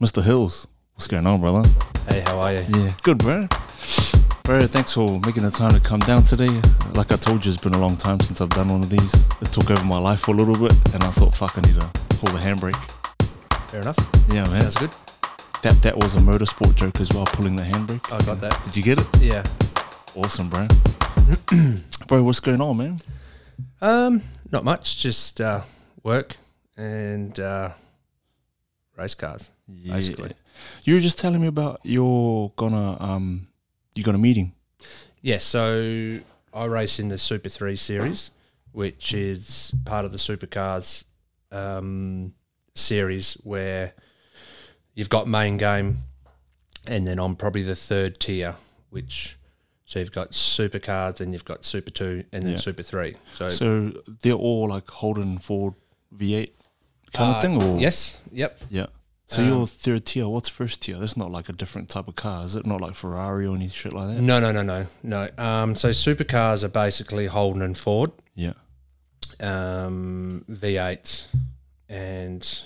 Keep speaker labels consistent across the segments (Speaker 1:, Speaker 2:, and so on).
Speaker 1: Mr. Hills. What's going on, brother?
Speaker 2: Hey, how are you?
Speaker 1: Yeah, good, bro. Bro, thanks for making the time to come down today. Like I told you, it's been a long time since I've done one of these. It took over my life for a little bit, and I thought, fuck, I need to pull the handbrake.
Speaker 2: Fair enough.
Speaker 1: Yeah, man.
Speaker 2: Sounds good.
Speaker 1: That that was a motorsport joke as well, pulling the handbrake.
Speaker 2: I got that.
Speaker 1: Did you get it?
Speaker 2: Yeah.
Speaker 1: Awesome, bro. bro, what's going on, man?
Speaker 2: Um, not much. Just uh, work and uh, race cars.
Speaker 1: Yeah.
Speaker 2: Basically.
Speaker 1: You were just telling me about you're gonna um you got a meeting.
Speaker 2: Yeah. So I race in the Super Three Series, which is part of the supercars um, series where you've got main game, and then on probably the third tier, which. So you've got supercars, then you've got super two, and then
Speaker 1: Yeah.
Speaker 2: super three. So,
Speaker 1: So they're all like Holden Ford V eight kind
Speaker 2: uh,
Speaker 1: of thing or
Speaker 2: yes, yep,
Speaker 1: Yeah. So
Speaker 2: Um,
Speaker 1: you're third tier, what's first tier? That's not like a different type of car, is it? Not like Ferrari or any shit like that?
Speaker 2: No, no, no, no, no. Um, so supercars are basically Holden and Ford,
Speaker 1: Yeah.
Speaker 2: um, V8s, and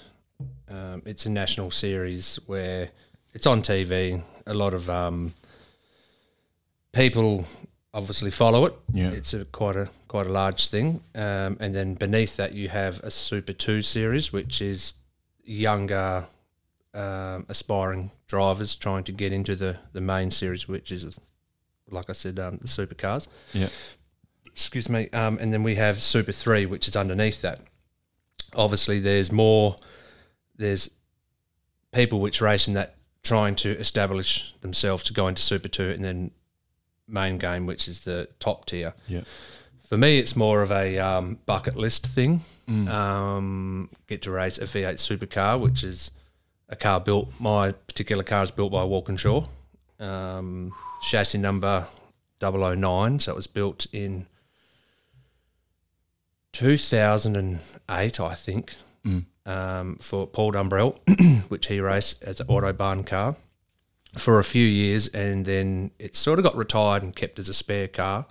Speaker 2: um, it's a national series where it's on TV. A lot of um, people obviously follow it.
Speaker 1: Yeah.
Speaker 2: It's a quite a quite a large thing, um, and then beneath that you have a Super Two series, which is younger. Um, aspiring drivers trying to get into the, the main series, which is, like I said, um, the supercars
Speaker 1: yeah.
Speaker 2: excuse me, um, and then we have Super Three, which is underneath that. Obviously, there's more. There's people which race in that trying to establish themselves to go into Super Two, and then main game, which is the top tier.
Speaker 1: Yeah.
Speaker 2: For me, it's more of a um, bucket list thing.
Speaker 1: Mm.
Speaker 2: Um, get to race a V8 supercar, which is a car built. My particular car is built by Walkinshaw. Um, chassis number 009, so it was built in 2008, I think,
Speaker 1: Mm.
Speaker 2: um, for Paul Dumbrell, which he raced as an Autobahn car for a few years, and then it sort of got retired and kept as a spare car.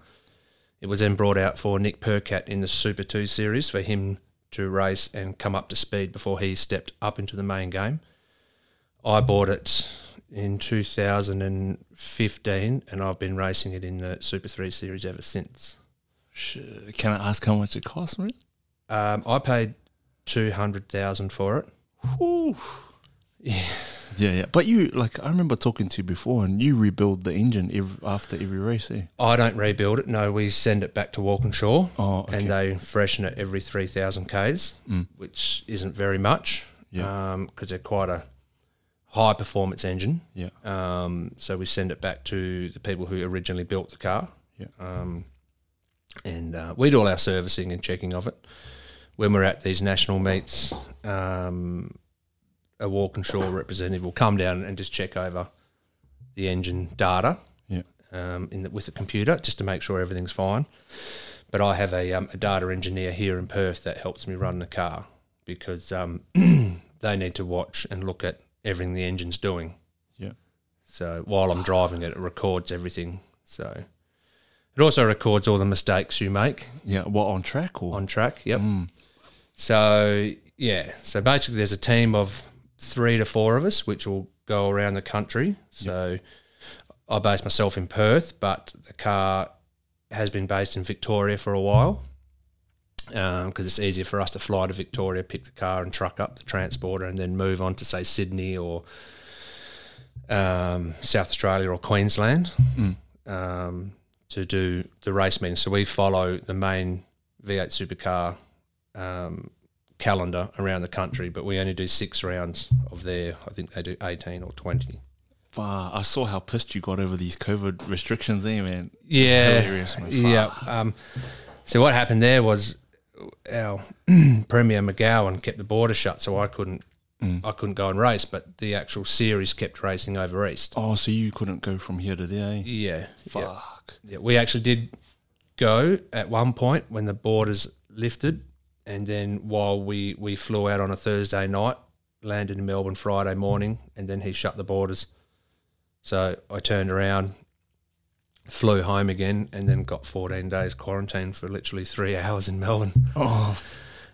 Speaker 2: It was then brought out for Nick Percat in the Super 2 series for him to race and come up to speed before he stepped up into the main game. I bought it in 2015 and I've been racing it in the Super 3 series ever since.
Speaker 1: Shit. Can I ask how much it costs, man?
Speaker 2: Um, I paid 200,000 for it. Yeah.
Speaker 1: Yeah, yeah. But you like I remember talking to you before and you rebuild the engine ev after every race, eh?
Speaker 2: I don't rebuild it. No, we send it back to Walkinshaw
Speaker 1: Oh, okay.
Speaker 2: and they freshen it every 3,000 Ks,
Speaker 1: Mm.
Speaker 2: which isn't very much because
Speaker 1: Yeah.
Speaker 2: they're quite a high performance engine.
Speaker 1: yeah.
Speaker 2: Um, so we send it back to the people who originally built the car.
Speaker 1: Yeah.
Speaker 2: Um, and uh, we do all our servicing and checking of it. When we're at these national meets, um, a Walkinshaw representative will come down and just check over the engine data
Speaker 1: Yeah.
Speaker 2: um, in the, with the computer just to make sure everything's fine. But I have a, um, a data engineer here in Perth that helps me run the car because um, they need to watch and look at everything the engine's doing.
Speaker 1: Yeah.
Speaker 2: So while I'm driving it, it records everything. So it also records all the mistakes you make
Speaker 1: Yeah. What on track or
Speaker 2: on track. Yep.
Speaker 1: Mm.
Speaker 2: So yeah. So basically, there's a team of three to four of us which will go around the country. So I base myself in Perth, but the car has been based in Victoria for a while because it's easier for us to fly to Victoria, pick the car and truck up the transporter, and then move on to say Sydney or um, South Australia or Queensland
Speaker 1: Mm.
Speaker 2: um, to do the race meeting. So we follow the main V8 supercar um, calendar around the country, but we only do six rounds of their. I think they do eighteen or twenty.
Speaker 1: Fuck, I saw how pissed you got over these COVID restrictions, eh, man?
Speaker 2: Yeah,
Speaker 1: Hilarious, man.
Speaker 2: yeah.
Speaker 1: Fuck.
Speaker 2: Um, so what happened there was our Premier McGowan kept the border shut, so I couldn't.
Speaker 1: Mm.
Speaker 2: I couldn't go and race, but the actual series kept racing over east.
Speaker 1: Oh, so you couldn't go from here to there, eh?
Speaker 2: Yeah,
Speaker 1: Fuck.
Speaker 2: yeah. Yeah, we actually did go at one point when the borders lifted, and then while we we flew out on a Thursday night, landed in Melbourne Friday morning, and then he shut the borders. So I turned around, flew home again, and then got 14 days quarantine for literally three hours in Melbourne.
Speaker 1: Oh,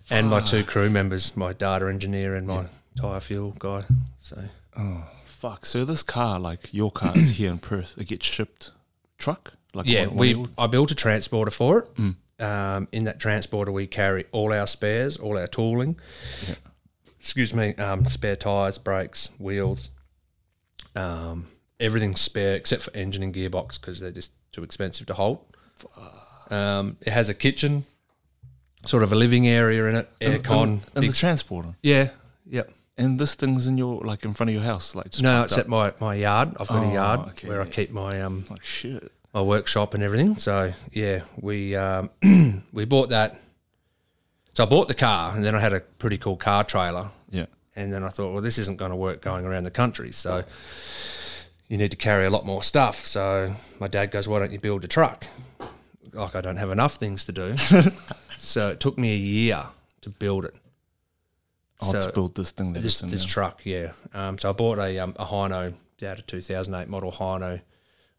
Speaker 2: And my two crew members, my data engineer and my tyre fuel guy. So
Speaker 1: Oh, fuck. So this car, like your car, is here in Perth. It gets shipped truck? Like
Speaker 2: yeah,
Speaker 1: one- one
Speaker 2: we
Speaker 1: wheeled?
Speaker 2: I built a transporter for it.
Speaker 1: Mm.
Speaker 2: Um, in that transporter, we carry all our spares, all our tooling. Excuse me, um, spare tires, brakes, wheels, um, everything spare except for engine and gearbox because they're just too expensive to hold. Um, it has a kitchen, sort of a living area in it, aircon.
Speaker 1: And, and
Speaker 2: big-
Speaker 1: the transporter.
Speaker 2: yeah, yep.
Speaker 1: And this thing's in your, like, in front of your house. Like, just
Speaker 2: No,
Speaker 1: parked
Speaker 2: it's at
Speaker 1: up.
Speaker 2: my, my yard. I've got
Speaker 1: Oh,
Speaker 2: a yard
Speaker 1: okay,
Speaker 2: where I
Speaker 1: yeah.
Speaker 2: keep my um,
Speaker 1: Like, shit.
Speaker 2: my workshop and everything. So yeah, we um, we bought that. So I bought the car, and then I had a pretty cool car trailer,
Speaker 1: Yeah.
Speaker 2: and then I thought, well, this isn't going to work going around the country. So you need to carry a lot more stuff. So my dad goes, why don't you build a truck? Like I don't have enough things to do. so it took me a year to build it.
Speaker 1: I'll
Speaker 2: So-
Speaker 1: to build this thing that
Speaker 2: This
Speaker 1: it's in
Speaker 2: this
Speaker 1: now.
Speaker 2: truck, yeah. Um, so I bought a um, a Hino, yeah, a 2008 model Hino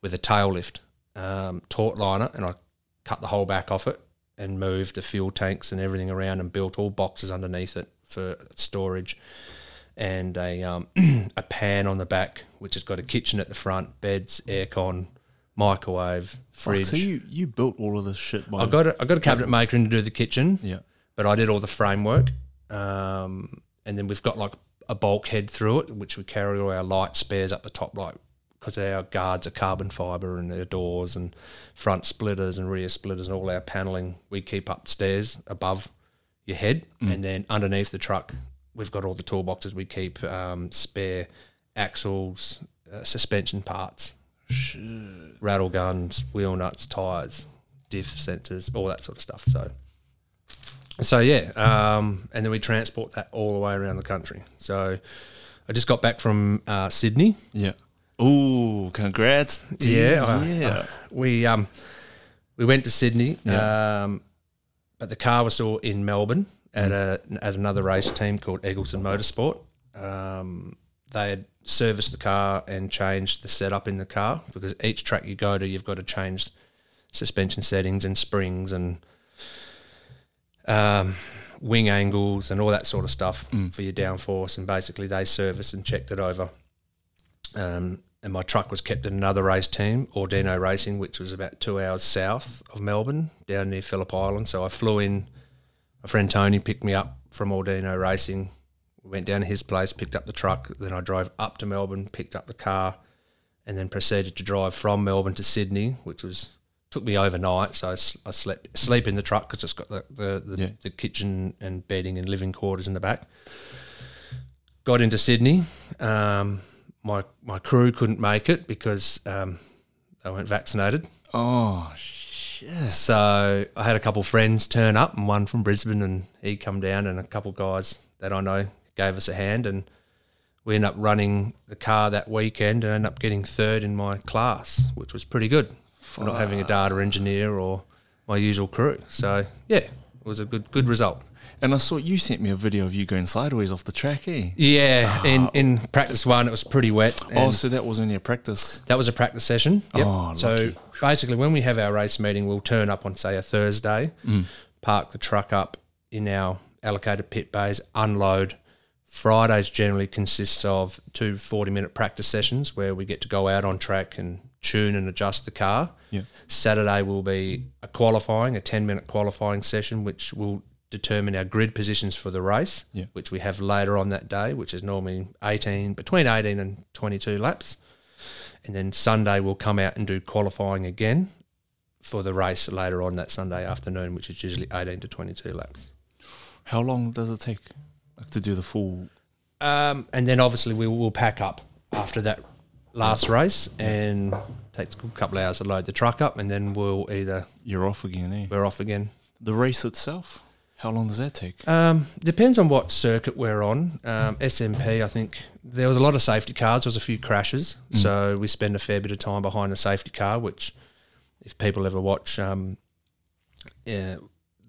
Speaker 2: with a tail lift, um, taut liner, and I cut the whole back off it and moved the fuel tanks and everything around and built all boxes underneath it for storage and a um, a pan on the back which has got a kitchen at the front, beds, aircon, microwave,
Speaker 1: Fuck,
Speaker 2: fridge.
Speaker 1: so you, you built all of this shit by.
Speaker 2: I got a, I got a cabinet maker in to do the kitchen
Speaker 1: yeah.
Speaker 2: but I did all the framework. Um, and then we've got like a bulkhead through it, which we carry all our light spares up the top, like because our guards are carbon fiber and their doors and front splitters and rear splitters and all our paneling we keep upstairs above your head. And then underneath the truck, we've got all the toolboxes we keep, um, spare axles, uh, suspension parts, rattle guns, wheel nuts, tires, diff sensors, all that sort of stuff. So, so yeah, um, and then we transport that all the way around the country. So, I just got back from uh, Sydney.
Speaker 1: Yeah. Ooh, congrats. dude.
Speaker 2: Yeah, I-
Speaker 1: yeah.
Speaker 2: We um, we went to Sydney, um, but the car was still in Melbourne at a at another race team called Eagleton Motorsport. Um, they had serviced the car and changed the setup in the car because each track you go to, you've got to change suspension settings and springs and um, wing angles and all that sort of stuff for your downforce. And basically, they serviced and checked it over. Um, and my truck was kept in another race team, Ordino Racing, which was about two hours south of Melbourne, down near Phillip Island. So I flew in. My friend Tony picked me up from Ordino Racing. We went down to his place, picked up the truck. Then I drove up to Melbourne, picked up the car, and then proceeded to drive from Melbourne to Sydney, which was took me overnight. So I, s- I slept sleep in the truck because it's got the the, the,
Speaker 1: Yeah.
Speaker 2: the kitchen and bedding and living quarters in the back. Got into Sydney. Um, my my crew couldn't make it because um, they weren't vaccinated.
Speaker 1: Oh, shit.
Speaker 2: So I had a couple friends turn up, and one from Brisbane, and he come down, and a couple guys that I know gave us a hand, and we ended up running the car that weekend, and ended up getting third in my class, which was pretty good for not having a data engineer or my usual crew. So yeah, it was a good good result.
Speaker 1: And I saw you sent me a video of you going sideways off the track, eh?
Speaker 2: Yeah, in in practice one, it was pretty wet. and-
Speaker 1: Oh, so that was in your practice.
Speaker 2: That was a practice session. Yep.
Speaker 1: Oh,
Speaker 2: so
Speaker 1: lucky.
Speaker 2: basically, when we have our race meeting, we'll turn up on say a Thursday,
Speaker 1: Mm.
Speaker 2: park the truck up in our allocated pit bays, unload. Fridays generally consists of two 40 minute practice sessions where we get to go out on track and tune and adjust the car.
Speaker 1: Yeah.
Speaker 2: Saturday will be a qualifying, a 10 minute qualifying session, which will determine our grid positions for the race,
Speaker 1: Yeah.
Speaker 2: which we have later on that day, which is normally 18, between 18 and 22 laps and then Sunday we'll come out and do qualifying again for the race later on that Sunday afternoon, which is usually 18 to 22 laps.
Speaker 1: How long does it take like, to do the full?
Speaker 2: Um, and then obviously we will pack up after that last race and takes a good couple of hours to load the truck up, and then we'll either
Speaker 1: You're off again, eh?
Speaker 2: we're off again.
Speaker 1: The race itself, how long does that take?
Speaker 2: Um, depends on what circuit we're on. Um, SMP, I think there was a lot of safety cars. There was a few crashes, so we spend a fair bit of time behind a safety car. Which, if people ever watch, um, yeah,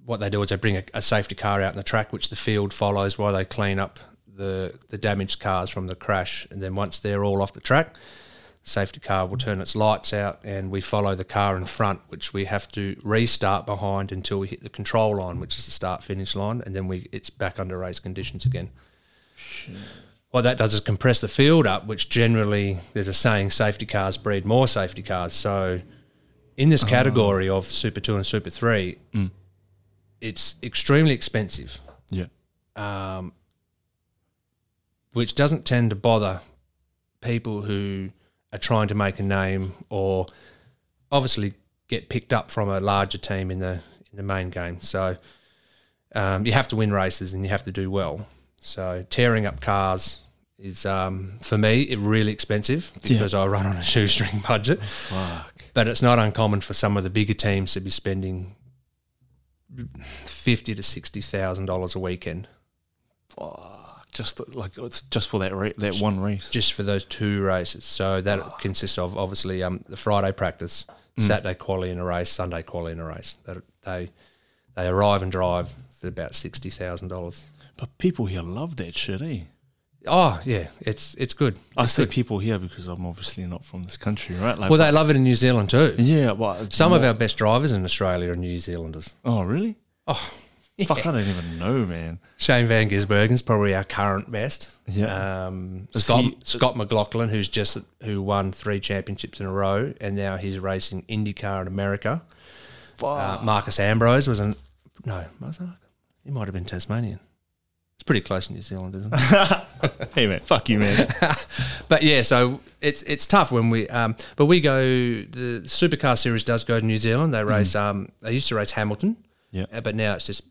Speaker 2: what they do is they bring a, a safety car out in the track, which the field follows while they clean up the the damaged cars from the crash. And then once they're all off the track, safety car will turn its lights out, and we follow the car in front, which we have to restart behind until we hit the control line, which is the start finish line, and then we it's back under race conditions again. what that does is compress the field up, which generally there's a saying safety cars breed more safety cars. So in this category of Super 2 and Super 3, it's extremely expensive,
Speaker 1: Yeah.
Speaker 2: um, which doesn't tend to bother people who are trying to make a name or obviously get picked up from a larger team in the in the main game. So um, you have to win races and you have to do well. So tearing up cars is um, for me it really expensive because I run on a shoestring budget.
Speaker 1: Fuck.
Speaker 2: But it's not uncommon for some of the bigger teams to be spending fifty to sixty thousand dollars a weekend
Speaker 1: Fuck. Just like it's just for that ra- that one race.
Speaker 2: just for those two races. So that
Speaker 1: Ah.
Speaker 2: consists of obviously um, the Friday practice, Saturday quali in a race, Sunday quali in a race. That they they arrive and drive for about sixty thousand dollars.
Speaker 1: But people here love that shit, eh?
Speaker 2: Oh yeah, it's it's good.
Speaker 1: I say people here because I'm obviously not from this country, right? Like,
Speaker 2: Well, they love it in New Zealand too.
Speaker 1: yeah, but
Speaker 2: Some of our best drivers in Australia are New Zealanders.
Speaker 1: Oh, really?
Speaker 2: Oh,
Speaker 1: Fuck, I don't even know, man.
Speaker 2: Shane Van Gisbergen's probably our current best.
Speaker 1: Yeah.
Speaker 2: Um,
Speaker 1: Is
Speaker 2: Scott
Speaker 1: he-
Speaker 2: Scott McLaughlin, who's just who won three championships in a row, and now he's racing IndyCar in America.
Speaker 1: Fuck.
Speaker 2: Uh, Marcus Ambrose was an no, was Marcus- he might have been Tasmanian. It's pretty close to New Zealand, isn't it?
Speaker 1: hey, man. Fuck you, man.
Speaker 2: but yeah, so it's it's tough when we um, but we go the supercar series does go to New Zealand. They race um they used to race Hamilton,
Speaker 1: Hmm. Yeah.
Speaker 2: uh, but now it's just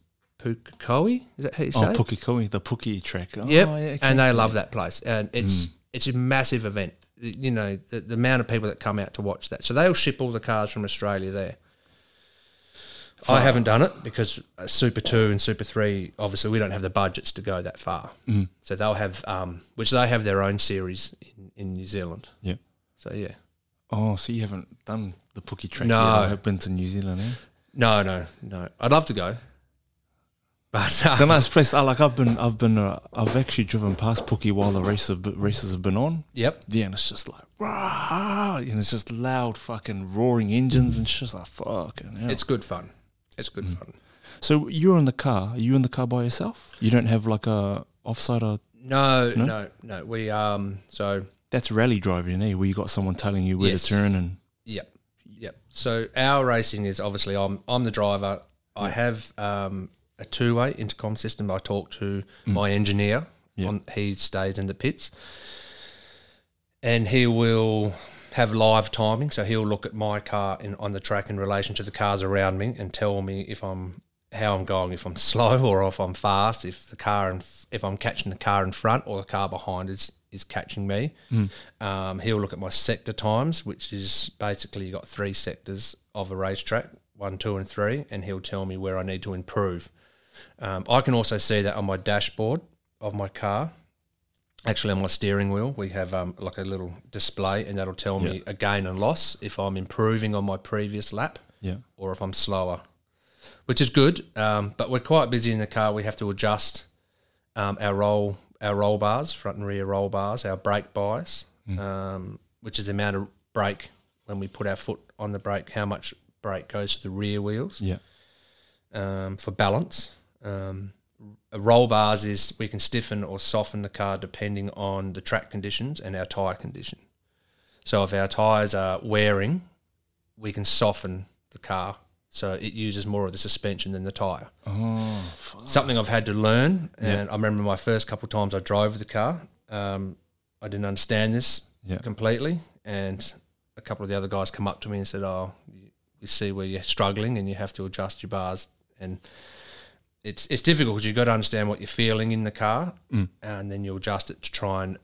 Speaker 2: Pukekohe. Is that how you
Speaker 1: Oh,
Speaker 2: say? it?
Speaker 1: Pukekohe, the Puki track. Oh,
Speaker 2: Yep,
Speaker 1: yeah, okay.
Speaker 2: and they love that place, and it's it's a massive event. You know the, the amount of people that come out to watch that. So they'll ship all the cars from Australia there. I haven't done it because uh, Super Two and Super Three, obviously, we don't have the budgets to go that far. Mm. So they'll have, um, which they have their own series in, in New Zealand.
Speaker 1: Yeah.
Speaker 2: So yeah,
Speaker 1: Oh, so you haven't done the Puki track
Speaker 2: No.
Speaker 1: yet? I have been to New Zealand, eh?
Speaker 2: no, no, no. I'd love to go, but uh,
Speaker 1: It's a nice place. I like. I've been. I've been. Uh, I've actually driven past Puki while the race have, races have been on.
Speaker 2: yep,
Speaker 1: Yeah, and it's just like, rah, and it's just loud, fucking roaring engines, and it's just like, fucking hell.
Speaker 2: it's good fun. It's good fun.
Speaker 1: so you're in the car. Are you in the car by yourself? You don't have like a offside or
Speaker 2: No, no, no, We um, so
Speaker 1: that's rally driving, eh? Where you got someone telling you where
Speaker 2: Yes.
Speaker 1: to turn and
Speaker 2: Yep. Yep. So our racing is obviously I'm I'm the driver. I have um, a two way intercom system. I talk to my engineer. On, he stays in the pits, and he will have live timing. So he'll look at my car in, on the track in relation to the cars around me and tell me if I'm how I'm going, if I'm slow or if I'm fast, if the car and if I'm catching the car in front or the car behind is is catching me. Um, he'll look at my sector times, which is basically you got three sectors of a racetrack, one, two, and three, and he'll tell me where I need to improve. Um, I can also see that on my dashboard of my car. Actually, on my steering wheel, we have um, like a little display, and that'll tell me a gain and loss if I'm improving on my previous lap
Speaker 1: yeah,
Speaker 2: or if I'm slower, which is good. Um, but we're quite busy in the car. We have to adjust um, our roll our roll bars, front and rear roll bars, our brake bias, um, which is the amount of brake when we put our foot on the brake, how much brake goes to the rear wheels
Speaker 1: yeah,
Speaker 2: um, for balance. Um, r- roll bars is we can stiffen or soften the car depending on the track conditions and our tyre condition. So if our tyres are wearing, we can soften the car. So it uses more of the suspension than the tyre. Something I've had to learn, and I remember my first couple of times I drove the car, um, I didn't understand this
Speaker 1: yeah.
Speaker 2: completely. And a couple of the other guys come up to me and said, "Oh, you- we see where you're struggling, and you have to adjust your bars." And it's it's difficult because you've got to understand what you're feeling in the car,
Speaker 1: Mm.
Speaker 2: and then you adjust it to try and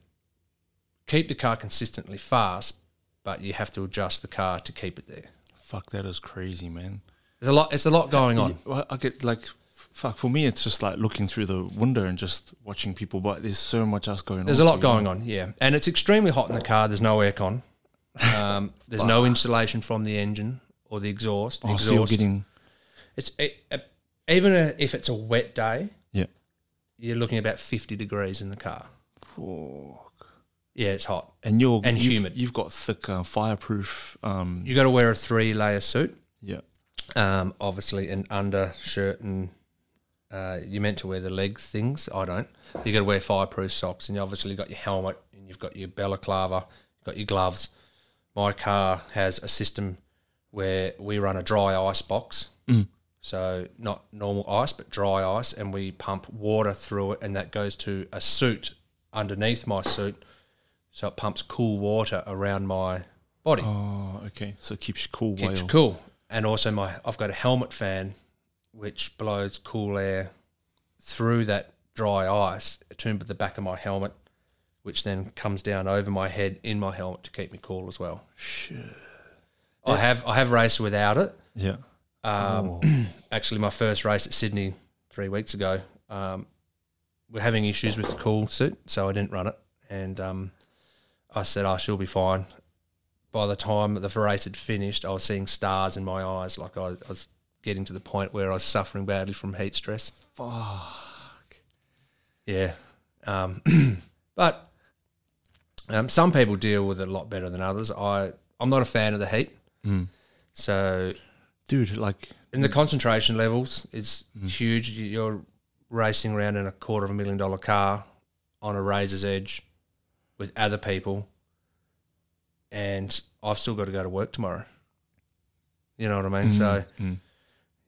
Speaker 2: keep the car consistently fast. But you have to adjust the car to keep it there.
Speaker 1: Fuck, that is crazy, man.
Speaker 2: There's a lot. It's a lot going on.
Speaker 1: Well, I get like, f- fuck. For me, it's just like looking through the window and just watching people. But there's so much else going on.
Speaker 2: There's a lot going on, yeah. And it's extremely hot in the car. There's no aircon. Um, there's no insulation from the engine or the exhaust. The
Speaker 1: Oh, so you're
Speaker 2: exhaust
Speaker 1: getting
Speaker 2: It's it, it, even a, if it's a wet day,
Speaker 1: yeah.
Speaker 2: you're looking about fifty degrees in the car.
Speaker 1: Fuck.
Speaker 2: Yeah, it's hot.
Speaker 1: And you're
Speaker 2: And
Speaker 1: you've,
Speaker 2: humid.
Speaker 1: You've got thick, uh, fireproof. Um,
Speaker 2: You got to wear a three layer suit,
Speaker 1: yeah.
Speaker 2: um, obviously an undershirt and Uh, you're meant to wear the leg things. I don't. You got to wear fireproof socks, and you obviously got your helmet, and you've got your balaclava, you've got your gloves. My car has a system where we run a dry ice box, so not normal ice, but dry ice, and we pump water through it, and that goes to a suit underneath my suit, so it pumps cool water around my body.
Speaker 1: Oh, okay. So it keeps you cool
Speaker 2: Keeps
Speaker 1: while.
Speaker 2: you cool. And also my I've got a helmet fan which blows cool air through that dry ice to the back of my helmet, which then comes down over my head in my helmet to keep me cool as well. I have I have raced without it.
Speaker 1: Yeah. Oh.
Speaker 2: Um, Actually, my first race at Sydney three weeks ago, um, we're having issues with the cool suit, so I didn't run it. And um, I said, I she'll be fine. By the time the race had finished, I was seeing stars in my eyes. Like I, I was getting to the point where I was suffering badly from heat stress.
Speaker 1: Fuck.
Speaker 2: Yeah. Um, but um, some people deal with it a lot better than others. I, I'm not a fan of the heat. So
Speaker 1: Dude, like,
Speaker 2: and the concentration levels is
Speaker 1: Mm-hmm.
Speaker 2: huge. You- You're racing around in a quarter of a million dollar car on a razor's edge with other people, and I've still got to go to work tomorrow. You know what I mean? So
Speaker 1: mm.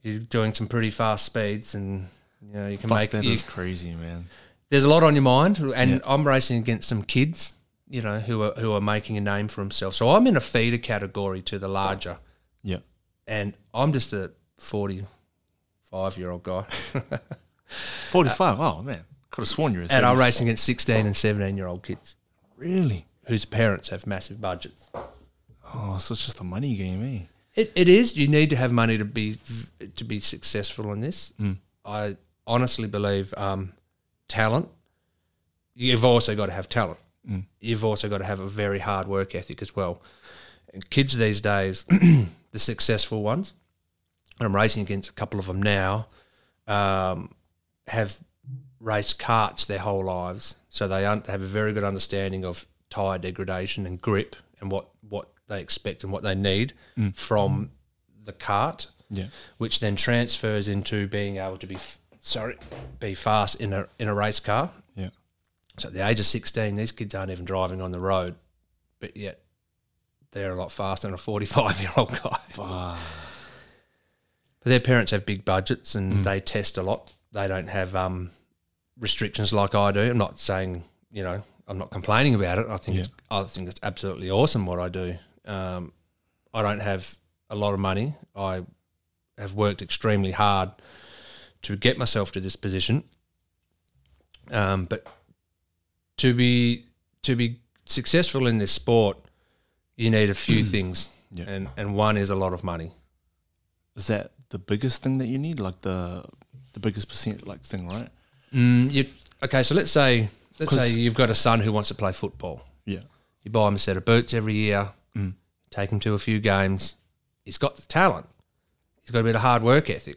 Speaker 2: you're doing some pretty fast speeds, and you know you can
Speaker 1: fuck,
Speaker 2: make
Speaker 1: that is
Speaker 2: you-
Speaker 1: crazy, man.
Speaker 2: there's a lot on your mind, and I'm racing against some kids, you know, who are who are making a name for themselves. So I'm in a feeder category to the larger
Speaker 1: Yeah.
Speaker 2: and I'm just a 45 year old guy,
Speaker 1: 45. oh, man. Could have sworn you were
Speaker 2: Uh, and
Speaker 1: 30.
Speaker 2: I'm racing against 16 and 17 year old kids
Speaker 1: Really?
Speaker 2: whose parents have massive budgets.
Speaker 1: Oh, so it's just a money game, eh?
Speaker 2: It, it is you need to have money to be to be successful in this. I honestly believe um, talent. You've also got to have talent. You've also got to have a very hard work ethic as well. And kids these days, the successful ones, I'm racing against a couple of them now, um, have raced carts their whole lives, so they un- they have a very good understanding of tire degradation and grip and what what they expect and what they need from the cart,
Speaker 1: Yeah.
Speaker 2: which then transfers into being able to be f- sorry be fast in a in a race car.
Speaker 1: Yeah.
Speaker 2: So at the age of 16, these kids aren't even driving on the road, but yet they're a lot faster than a 45 year old guy. But their parents have big budgets and they test a lot. They don't have um, restrictions like I do. I'm not saying, you know, I'm not complaining about it. I think it's, I think it's absolutely awesome what I do. Um, I don't have a lot of money. I have worked extremely hard to get myself to this position. Um, but to be to be successful in this sport, you need a few things,
Speaker 1: Mm. Yeah.
Speaker 2: and and one is a lot of money.
Speaker 1: Is that the biggest thing that you need? Like the the biggest percent like thing, right?
Speaker 2: Mm, you, okay, so let's say let's say
Speaker 1: 'Cause-
Speaker 2: you've got a son who wants to play football.
Speaker 1: Yeah.
Speaker 2: You buy him a set of boots every year, take him to a few games. He's got the talent. He's got a bit of hard work ethic.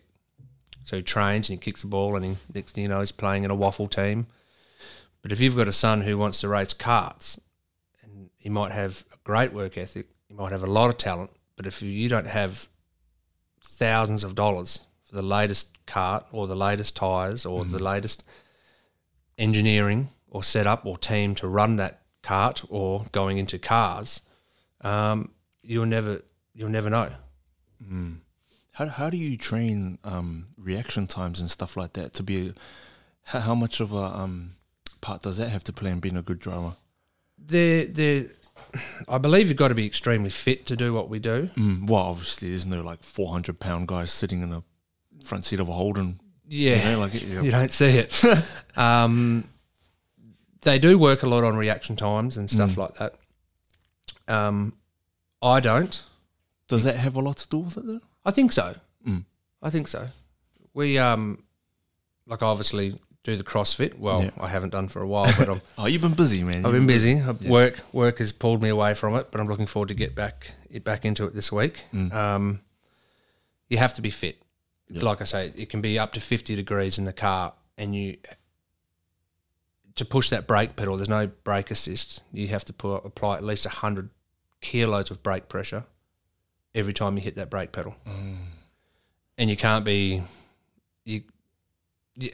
Speaker 2: So he trains and he kicks the ball, and he next thing you know he's playing in a waffle team. But if you've got a son who wants to race carts, and he might have a great work ethic, he might have a lot of talent, but if you don't have thousands of dollars for the latest cart or the latest tires or the latest engineering or setup or team to run that cart or going into cars, um, you'll never you'll never know.
Speaker 1: How, how do you train um, reaction times and stuff like that to be? How, how much of a um, part does that have to play in being a good driver?
Speaker 2: There, there. I believe you've got to be extremely fit to do what we do.
Speaker 1: Mm, well, obviously, there's no like 400 pound guy sitting in the front seat of a Holden.
Speaker 2: Yeah,
Speaker 1: You know, like, yeah.
Speaker 2: you don't see it. um, they do work a lot on reaction times and
Speaker 1: Mm.
Speaker 2: stuff like that. Um, I don't.
Speaker 1: Does that have a lot to do with it though?
Speaker 2: I think so.
Speaker 1: Mm.
Speaker 2: I think so. We um, like I obviously do the CrossFit. Well,
Speaker 1: Yeah.
Speaker 2: I haven't done for a while, but I'm
Speaker 1: Oh, you've been busy, man.
Speaker 2: I've been busy. I've- Work work has pulled me away from it, but I'm looking forward to get back get back into it this week. Um, you have to be fit. Like I say, it can be up to 50 degrees in the car, and you to push that brake pedal. There's no brake assist. You have to pu- apply at least 100 kilos of brake pressure every time you hit that brake pedal, and you can't be you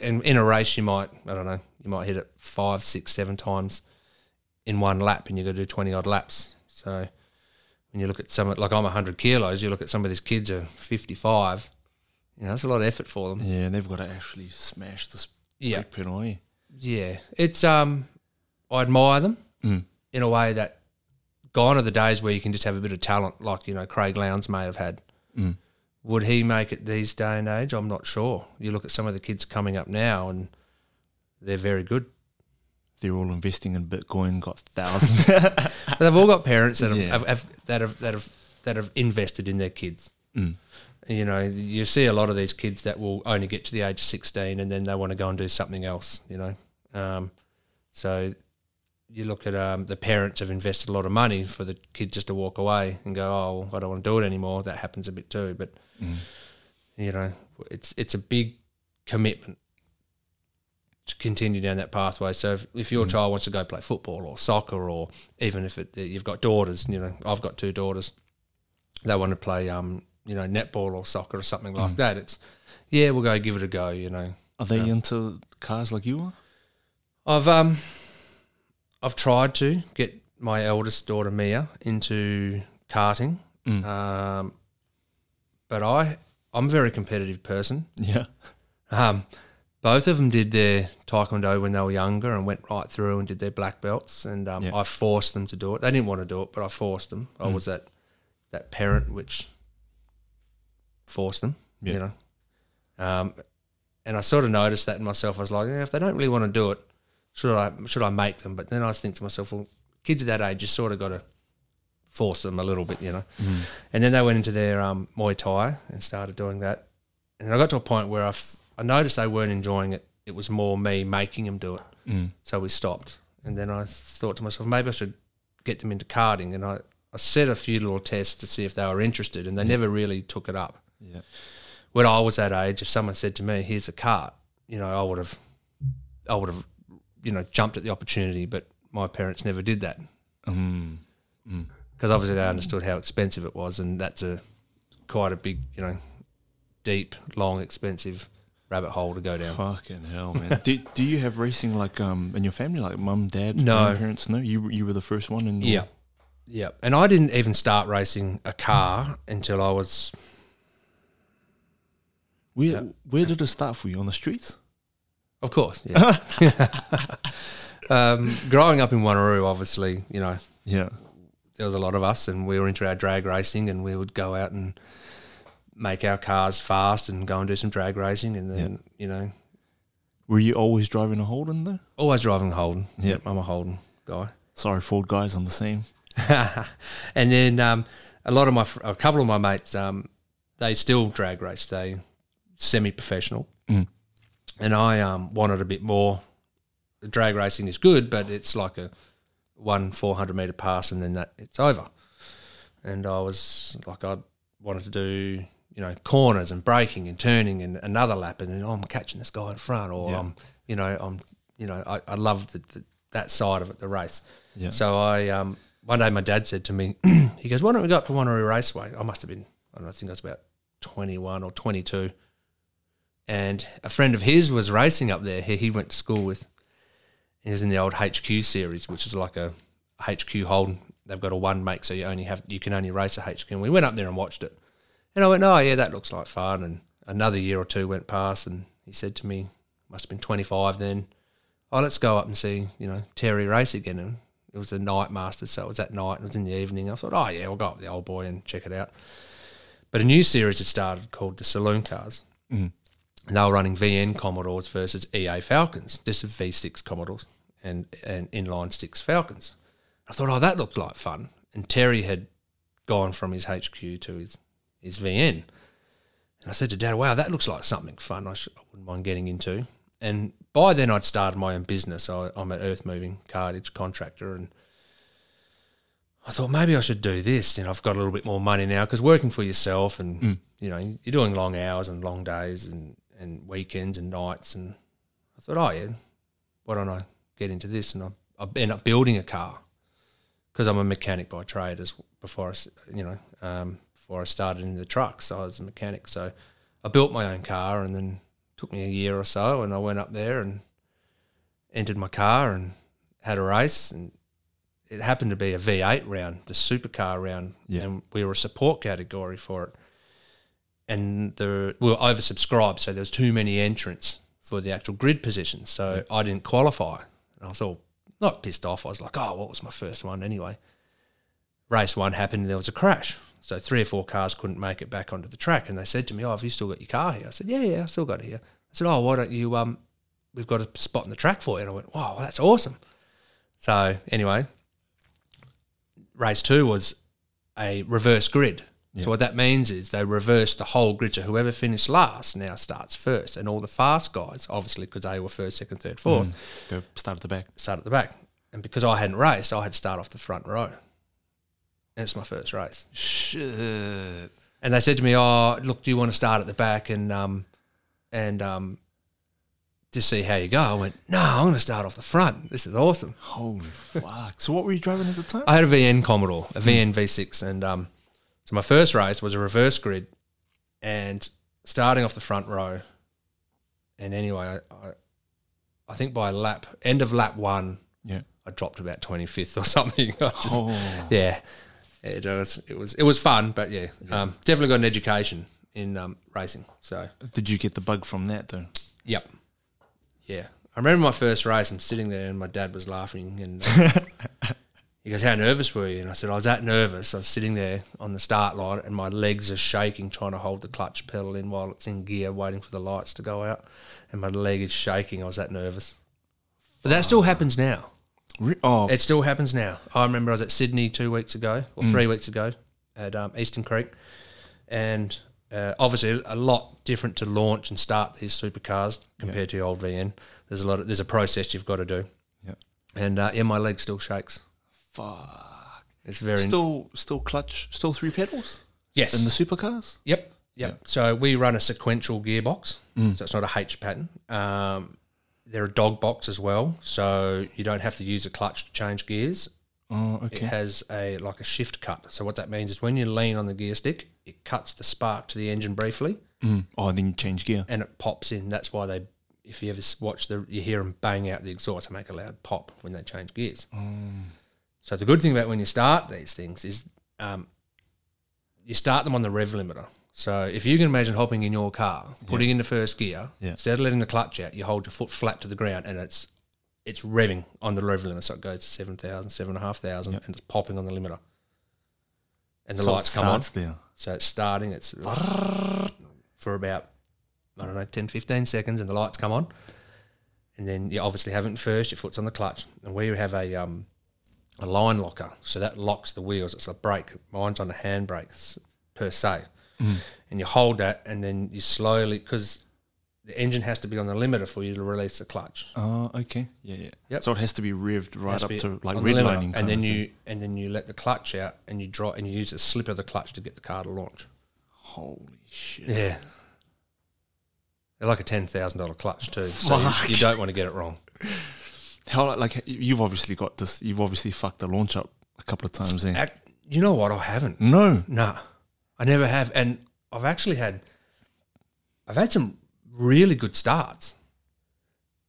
Speaker 2: in, in a race you might I don't know you might hit it five, six, seven times in one lap, and you got to do twenty odd laps. So when you look at some like I'm hundred kilos, you look at some of these kids who are fifty five. You know, that's a lot of effort for them.
Speaker 1: Yeah, and they've got to actually smash this
Speaker 2: Yeah.
Speaker 1: brake pedal, eh?
Speaker 2: Yeah, it's um, I admire them
Speaker 1: Mm.
Speaker 2: in a way that gone are the days where you can just have a bit of talent, like you know Craig Lowndes may have had.
Speaker 1: Mm.
Speaker 2: Would he make it these day and age? I'm not sure. You look at some of the kids coming up now, and they're very good.
Speaker 1: They're all investing in Bitcoin, got thousands.
Speaker 2: But they've all got parents that have,
Speaker 1: Yeah.
Speaker 2: have, have that have that have that have invested in their kids.
Speaker 1: Mm.
Speaker 2: You know, you see a lot of these kids that will only get to the age of sixteen, and then they want to go and do something else. You know, um, so you look at um, the parents have invested a lot of money for the kid just to walk away and go, oh, well, I don't want to do it anymore. That happens a bit too, but
Speaker 1: Mm.
Speaker 2: you know, it's it's a big commitment to continue down that pathway. So if, if your child wants to go play football or soccer, or even if it, you've got daughters, you know, I've got two daughters, they want to play, um, you know, netball or soccer or something like that. It's yeah, we'll go give it a go. You know,
Speaker 1: Are they into cars like you are?
Speaker 2: I've um, I've tried to get my eldest daughter Mia into karting,
Speaker 1: Mm.
Speaker 2: um, but I I'm a very competitive person.
Speaker 1: Yeah.
Speaker 2: Um, both of them did their taekwondo when they were younger and went right through and did their black belts. And um,
Speaker 1: Yeah. Mm.
Speaker 2: I forced them to do it. They didn't want to do it, but I forced them. I was that that parent which forced them.
Speaker 1: Yeah.
Speaker 2: You know, um, and I sort of noticed that in myself. I was like, yeah, if they don't really want to do it, should I should I make them? But then I think to myself, well, kids at that age, you sort of got to force them a little bit, you know.
Speaker 1: Mm.
Speaker 2: And then they went into their um, Muay Thai and started doing that. And I got to a point where I, f- I noticed they weren't enjoying it. It was more me making them do it.
Speaker 1: Mm.
Speaker 2: So we stopped. And then I thought to myself, maybe I should get them into karting. And I, I set a few little tests to see if they were interested, and they never really took it up.
Speaker 1: Yeah.
Speaker 2: When I was that age, if someone said to me, "Here's a cart," you know, I would have, I would have, you know, jumped at the opportunity. But my parents never did that
Speaker 1: Mm. Mm.
Speaker 2: because obviously they understood how expensive it was, and that's a quite a big, you know, deep, long, expensive rabbit hole to go down.
Speaker 1: Fucking hell, man. do, do you have racing like um in your family, like mum, dad,
Speaker 2: No.
Speaker 1: grandparents? No, you you were the first one, and
Speaker 2: Yeah, yeah. And I didn't even start racing a car until I was
Speaker 1: Where
Speaker 2: Yeah.
Speaker 1: where did it start for you? On the streets?
Speaker 2: Of course, yeah. um, growing up in Wanneroo, obviously, you know,
Speaker 1: Yeah.
Speaker 2: there was a lot of us, and we were into our drag racing, and we would go out and make our cars fast and go and do some drag racing, and then you know,
Speaker 1: Were you always driving a Holden though?
Speaker 2: always driving a Holden.
Speaker 1: Yep.
Speaker 2: I'm a Holden guy.
Speaker 1: Sorry, Ford guys, I'm the same.
Speaker 2: and then um, a lot of my, fr- a couple of my mates, um, they still drag race. They semi-professional,
Speaker 1: Mm.
Speaker 2: and I um, wanted a bit more. Drag racing is good, but it's like a one four hundred meter pass, and then that it's over. And I was like, I wanted to do you know corners and braking and turning and another lap, and then oh, I'm catching this guy in front, or
Speaker 1: Yeah.
Speaker 2: I'm you know I'm you know I, I love the, the, that side of it, the race.
Speaker 1: Yeah.
Speaker 2: So I um, one day my dad said to me, he goes, "Why don't we go up to Wanneroo Raceway?" I must have been, I don't know, I think I was about twenty one or twenty two, and a friend of his was racing up there. He, he went to school with. He was in the old HQ series, which is like a HQ Holden. They've got a one make, so you only have you can only race a HQ. And we went up there and watched it, and I went, "Oh yeah, that looks like fun." And another year or two went past, and he said to me, "Must have been twenty five then." oh, let's go up and see, you know, Terry race again. And it was the night master, so it was that night, it was in the evening. I thought, oh, yeah, we'll go up the old boy and check it out. But a new series had started called the Saloon Cars.
Speaker 1: Mhm.
Speaker 2: And they were running VN Commodores versus EA Falcons. This is V6 Commodores and, and inline six Falcons. I thought, oh, that looked like fun. And Terry had gone from his HQ to his, his VN. And I said to Dad, wow, that looks like something fun I, sh- I wouldn't mind getting into. And by then I'd started my own business. I, I'm an earth moving cartage contractor. And I thought maybe I should do this. You know, I've got a little bit more money now because working for yourself and, you know, you're doing long hours and long days and, and weekends and nights. And I thought, oh, yeah, why don't I get into this? And I, I end up building a car because I'm a mechanic by trade as before I, s- you know, um, before I started in the trucks, I was a mechanic. So I built my own car and then took me a year or so, and I went up there and entered my car and had a race, and it happened to be a V8 round, the supercar round,
Speaker 1: Yeah.
Speaker 2: and we were a support category for it. And the we were oversubscribed, so there was too many entrants for the actual grid position, so I didn't qualify. And I was all not pissed off. I was like, oh, what was my first one anyway? race one happened and there was a crash. So three or four cars couldn't make it back onto the track. And they said to me, Oh, have you still got your car here? I said, Yeah, yeah, I still got it here. I said, Oh, why don't you um we've got a spot in the track for you? And I went, Wow, that's awesome. So anyway, race two was a reverse grid. So what that means is they reversed the whole grid. So whoever finished last now starts first. And all the fast guys, obviously, because they were first, second, third, fourth,
Speaker 1: Go start at the back.
Speaker 2: start at the back. And because I hadn't raced, I had to start off the front row. And it's my first race.
Speaker 1: Shit.
Speaker 2: and they said to me, "Oh, look, do you want to start at the back and um, and um, just see how you go?" I went, "No, I'm going to start off the front. This is awesome."
Speaker 1: Holy fuck. So what were you driving at the time?
Speaker 2: I had a VN Commodore, a VN V6, and um, so my first race was a reverse grid, and starting off the front row. And anyway, I, I, I think by lap end of lap one,
Speaker 1: yeah.
Speaker 2: I dropped about twenty fifth or something. I just-
Speaker 1: Oh.
Speaker 2: yeah, it was it was it was fun, but yeah, Um, definitely got an education in um, racing. So
Speaker 1: Did you get the bug from that though?
Speaker 2: Yep. Yeah. I remember my first race, I'm sitting there and my dad was laughing and uh, he goes, How nervous were you? And I said, I was that nervous. I was sitting there on the start line and my legs are shaking trying to hold the clutch pedal in while it's in gear waiting for the lights to go out. And my leg is shaking. I was that nervous. But that still happens now.
Speaker 1: Re- oh,
Speaker 2: It still happens now. I remember I was at Sydney two weeks ago or
Speaker 1: Mm.
Speaker 2: three weeks ago at um, Eastern Creek, and uh, obviously a lot different to launch and start these supercars compared to your old VN. There's a lot. Of, there's a process you've got to do,
Speaker 1: yeah.
Speaker 2: and uh, yeah, my leg still shakes.
Speaker 1: Fuck.
Speaker 2: It's very
Speaker 1: Still, still clutch. Still three pedals
Speaker 2: yes.
Speaker 1: in the supercars.
Speaker 2: Yep. Yep. So we run a sequential gearbox.
Speaker 1: Mm.
Speaker 2: So it's not a H pattern. Um, they're a dog box as well. So you don't have to use a clutch to change gears.
Speaker 1: Oh,
Speaker 2: It
Speaker 1: okay.
Speaker 2: has a like a shift cut. So what that means is when you lean on the gear stick, it cuts the spark to the engine briefly
Speaker 1: Mm. Oh, then you change gear.
Speaker 2: and it pops in. That's why they, if you ever s- watch the, you hear them bang out the exhaust and make a loud pop when they change gears.
Speaker 1: Mm.
Speaker 2: So the good thing about when you start these things is um, you start them on the rev limiter. So if you can imagine hopping in your car, putting in the first gear,
Speaker 1: Yeah.
Speaker 2: instead of letting the clutch out, you hold your foot flat to the ground and it's it's revving on the rev limiter. So it goes to 7,000, 7,500 and it's popping on the limiter. And the
Speaker 1: So it
Speaker 2: lights come on.
Speaker 1: starts there.
Speaker 2: So it's starting, it's for about, I don't know, 10, 15 seconds, and the lights come on. And then you obviously haven't first, your foot's on the clutch. And we have a um, a line locker, so that locks the wheels. It's a brake. Mine's on a handbrake s- per se.
Speaker 1: Mm-hmm.
Speaker 2: And you hold that, and then you slowly, because the engine has to be on the limiter for you to release the clutch.
Speaker 1: Oh, okay. Yeah, yeah.
Speaker 2: Yep.
Speaker 1: So it has to be revved right
Speaker 2: Has
Speaker 1: up
Speaker 2: be
Speaker 1: to like
Speaker 2: on the limiter.
Speaker 1: redlining.
Speaker 2: and then you and then you let the clutch out, and you draw, and you use the slip of the clutch to get the car to launch.
Speaker 1: Holy shit.
Speaker 2: Yeah. They're like a ten thousand dollar clutch too, so you, you don't want to get it wrong.
Speaker 1: How like you've obviously got this. You've obviously fucked the launch up a couple of times. Then.
Speaker 2: Ac- you know what? I haven't.
Speaker 1: No.
Speaker 2: Nah, I never have, and I've actually had, I've had some really good starts,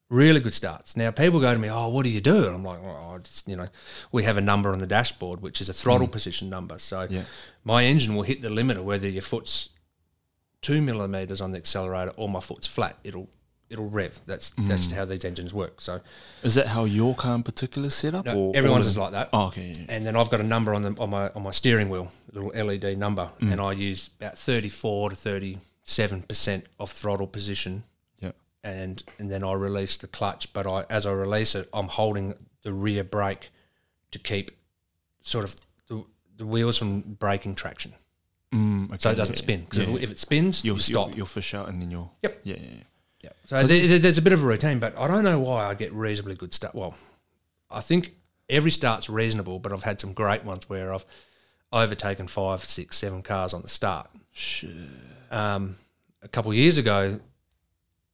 Speaker 2: really good starts. Now people go to me, "Oh, what do you do?" And I'm like, "Well, I just you know, we have a number on the dashboard which is a throttle position number, so
Speaker 1: Yeah.
Speaker 2: my engine will hit the limiter whether your foot's two millimeters on the accelerator or my foot's flat. It'll it'll rev. That's that's how these engines work. So
Speaker 1: Is that how your car in particular is set up? or
Speaker 2: everyone's
Speaker 1: all of
Speaker 2: is
Speaker 1: them?
Speaker 2: like that.
Speaker 1: Oh, okay. Yeah, yeah.
Speaker 2: And then I've got a number on the on my on my steering wheel, little LED number,
Speaker 1: Mm.
Speaker 2: and I use about thirty four to thirty seven percent of throttle position,
Speaker 1: yeah.
Speaker 2: and and then I release the clutch. But I as I release it, I'm holding the rear brake to keep sort of the, the wheels from braking traction,
Speaker 1: Mm, okay,
Speaker 2: so it
Speaker 1: yeah,
Speaker 2: doesn't
Speaker 1: yeah.
Speaker 2: spin. Because
Speaker 1: Yeah,
Speaker 2: if,
Speaker 1: yeah.
Speaker 2: if it spins,
Speaker 1: you'll
Speaker 2: you stop.
Speaker 1: You'll, you'll fish out and then you'll.
Speaker 2: Yep.
Speaker 1: Yeah. yeah, yeah.
Speaker 2: So there, there- there's a bit of a routine, but I don't know why I get reasonably good start. Well, I think every start's reasonable, but I've had some great ones where I've overtaken five, six, seven cars on the start.
Speaker 1: Shit.
Speaker 2: Um, a couple of years ago,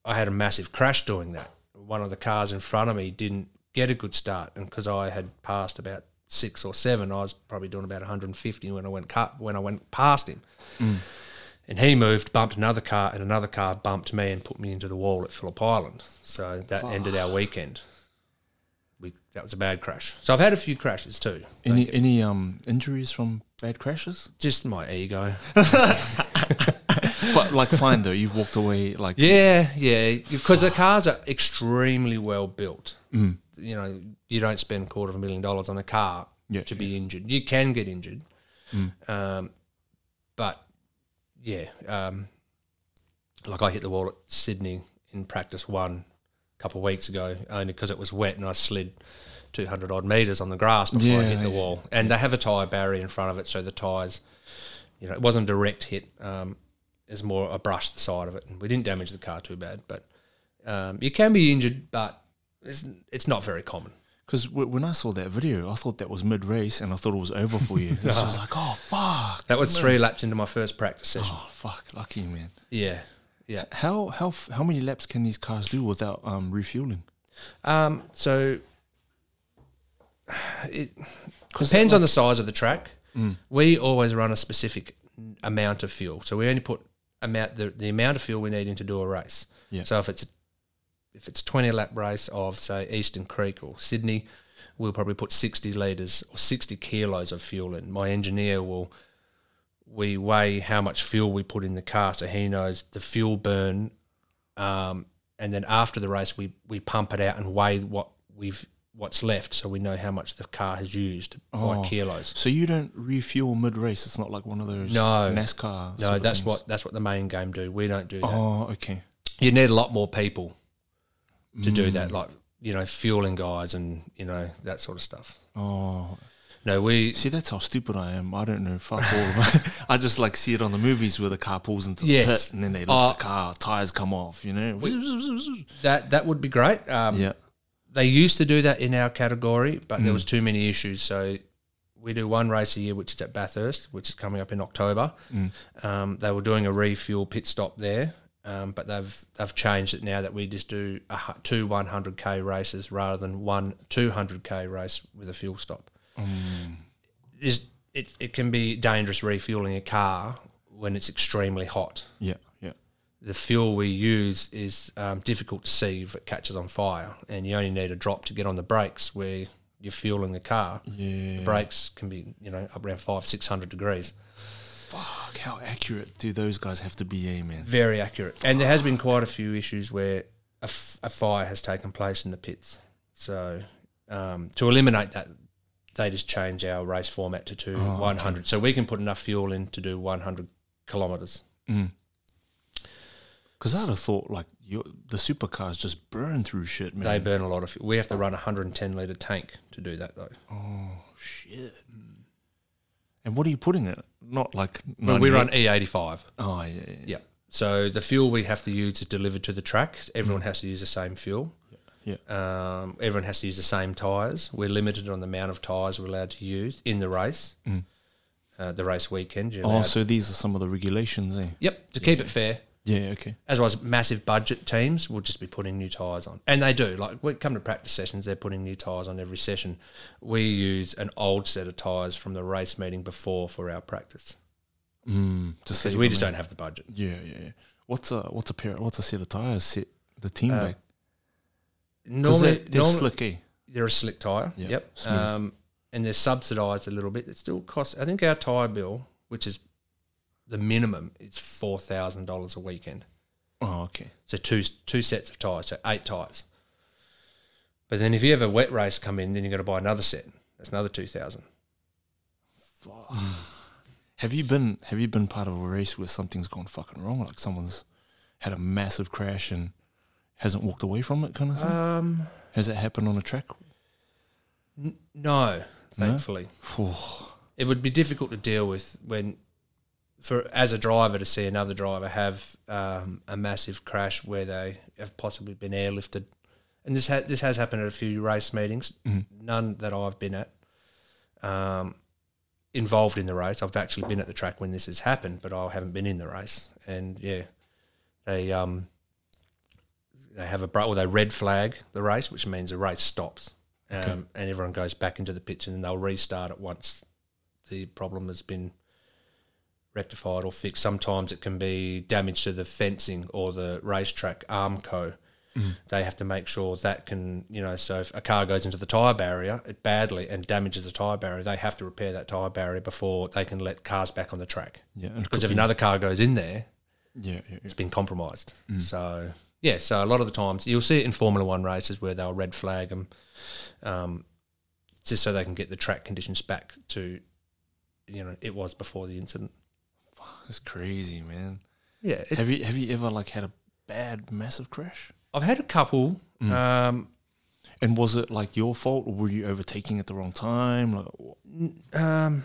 Speaker 2: I had a massive crash doing that. One of the cars in front of me didn't get a good start, and because I had passed about six or seven, I was probably doing about 150 when I went cut when I went past him. And he moved, bumped another car, and another car bumped me and put me into the wall at Phillip Island. So that ended our weekend. We, that was a bad crash. So I've had a few crashes too.
Speaker 1: Any any um injuries from bad crashes?
Speaker 2: Just my ego.
Speaker 1: But like, fine though. You've walked away like
Speaker 2: Yeah, yeah, because the cars are extremely well built. Mm. You know, you don't spend a quarter of a million dollars on a car
Speaker 1: Yeah, Mm.
Speaker 2: to be injured. You can get injured, um, but yeah, um, like I hit the wall at Sydney in practice one a couple of weeks ago, only because it was wet and I slid. 200 odd meters on the grass before I
Speaker 1: Yeah,
Speaker 2: hit the
Speaker 1: yeah.
Speaker 2: wall. And they have a tyre barrier in front of it, so the tyres you know, it wasn't a direct hit. Um, it's more I brushed the side of it, and we didn't damage the car too bad. But um, you can be injured, but it's it's not very common.
Speaker 1: because w- when I saw that video, I thought that was mid race and I thought it was over for you. So I was like, oh fuck,
Speaker 2: That was three laps into my first practice session.
Speaker 1: oh fuck, lucky man.
Speaker 2: Yeah, yeah.
Speaker 1: How how f- how many laps can these cars do without um refueling?
Speaker 2: Um, so it depends on the size of the track. We always run a specific amount of fuel, so we only put amount the, the amount of fuel we need in to do a race.
Speaker 1: Yeah.
Speaker 2: So if it's if it's twenty lap race of say Eastern Creek or Sydney, we'll probably put sixty liters or sixty kilos of fuel in. My engineer will we weigh how much fuel we put in the car, so he knows the fuel burn. Um, and then after the race, we we pump it out and weigh what we've what's left, so we know how much the car has used
Speaker 1: Oh.
Speaker 2: by kilos.
Speaker 1: So you don't refuel mid race. It's not like one of those
Speaker 2: No.
Speaker 1: NASCAR. sort
Speaker 2: No,
Speaker 1: of
Speaker 2: that's
Speaker 1: things.
Speaker 2: what that's what the main game do. We don't do that.
Speaker 1: Oh, okay.
Speaker 2: You need a lot more people to do that, like you know, fueling guys and you know that sort of stuff.
Speaker 1: Oh,
Speaker 2: No, we
Speaker 1: see, that's how stupid I am. I don't know. Fuck all. Of I just like see it on the movies where the car pulls into the
Speaker 2: Yes.
Speaker 1: pit and then they lift
Speaker 2: Uh,
Speaker 1: the car, tires come off. You know.
Speaker 2: that that would be great. Um,
Speaker 1: yeah.
Speaker 2: they used to do that in our category, but there was too many issues. So we do one race a year, which is at Bathurst, which is coming up in October.
Speaker 1: Mm.
Speaker 2: Um, they were doing a refuel pit stop there, um, but they've they've changed it now that we just do a, hu- two 100k races rather than one 200k race with a fuel stop. Is it, it can be dangerous refueling a car when it's extremely hot
Speaker 1: Yeah. Yeah.
Speaker 2: the fuel we use is um, difficult to see if it catches on fire, and you only need a drop to get on the brakes where you're fueling the car.
Speaker 1: Yeah.
Speaker 2: The brakes can be, you know, up around five, six hundred degrees.
Speaker 1: Fuck, how accurate do those guys have to be, eh, man?
Speaker 2: Very accurate. And there has been quite a few issues where a, f- a fire has taken place in the pits. So um, to eliminate that, they just change our race format to two 100. So we can put enough fuel in to do 100 kilometres.
Speaker 1: Because I'd have thought like your, the supercars just burn through shit, man.
Speaker 2: They burn a lot of fuel. We have to run a 110 litre tank to do that, though.
Speaker 1: Oh, shit. And what are you putting in it? Not like
Speaker 2: But we
Speaker 1: 98
Speaker 2: run E E85.
Speaker 1: Oh yeah, yeah,
Speaker 2: Yeah. So the fuel we have to use is delivered to the track. Everyone has to use the same fuel.
Speaker 1: Mm. yeah.
Speaker 2: Um, everyone has to use the same tyres. We're limited on the amount of tyres we're allowed to use in the race, uh, the race weekend. You're
Speaker 1: Mm. Oh,
Speaker 2: allowed-
Speaker 1: so these are some of the regulations, eh?
Speaker 2: yep, to keep it fair.
Speaker 1: Yeah, okay.
Speaker 2: As well as massive budget teams will just be putting new tyres on. And they do. Like, we come to practice sessions, they're putting new tyres on every session. We use an old set of tyres from the race meeting before for our practice
Speaker 1: Mm, to
Speaker 2: because
Speaker 1: save
Speaker 2: we
Speaker 1: on
Speaker 2: just
Speaker 1: that.
Speaker 2: don't have the budget.
Speaker 1: Yeah, yeah, yeah. What's a what's a pair? What's a set of tires set the team back? Because
Speaker 2: Uh, Normally,
Speaker 1: they're, they're
Speaker 2: normally-
Speaker 1: slick, eh?
Speaker 2: they're a slick tyre.
Speaker 1: Yeah,
Speaker 2: Yep.
Speaker 1: smooth.
Speaker 2: Um, and they're subsidised a little bit. It still costs. I think our tyre bill, which is the minimum, is four thousand dollars a weekend.
Speaker 1: Oh, okay.
Speaker 2: So two two sets of tyres, so eight tyres. But then if you have a wet race come in, then you got to buy another set. That's another two thousand.
Speaker 1: Have you been Have you been part of a race where something's gone fucking wrong? Like someone's had a massive crash and hasn't walked away from it, kind of thing.
Speaker 2: Um,
Speaker 1: Has it happened on a track?
Speaker 2: n- no, thankfully,
Speaker 1: Phew.
Speaker 2: it would be difficult to deal with when. For, as a driver to see another driver have um, a massive crash where they have possibly been airlifted and this ha- this has happened at a few race meetings, none that I've been at um, involved in the race. I've actually been at the track when this has happened, but I haven't been in the race. And yeah, they um, they have a bra- or they red flag the race, which means the race stops, um, and everyone goes back into the pitch, and then they'll restart it once the problem has been rectified or fixed. Sometimes it can be damage to the fencing or the racetrack Armco. They have to make sure that can, you know, so if a car goes into the tyre barrier it badly and damages the tyre barrier, they have to repair that tyre barrier before they can let cars back on the track.
Speaker 1: Yeah, and it
Speaker 2: Because
Speaker 1: could
Speaker 2: if
Speaker 1: be-
Speaker 2: another car goes in there,
Speaker 1: yeah, yeah, yeah.
Speaker 2: it's been compromised. So yeah, so a lot of the times you'll see it in Formula One races where they'll red flag them, um, just so they can get the track conditions back to, you know, it was before the incident.
Speaker 1: That's crazy, man.
Speaker 2: Yeah, it,
Speaker 1: Have you have you ever like had a bad massive crash?
Speaker 2: I've had a couple. Um,
Speaker 1: And was it like your fault, or were you overtaking at the wrong time? Like, wh-
Speaker 2: um,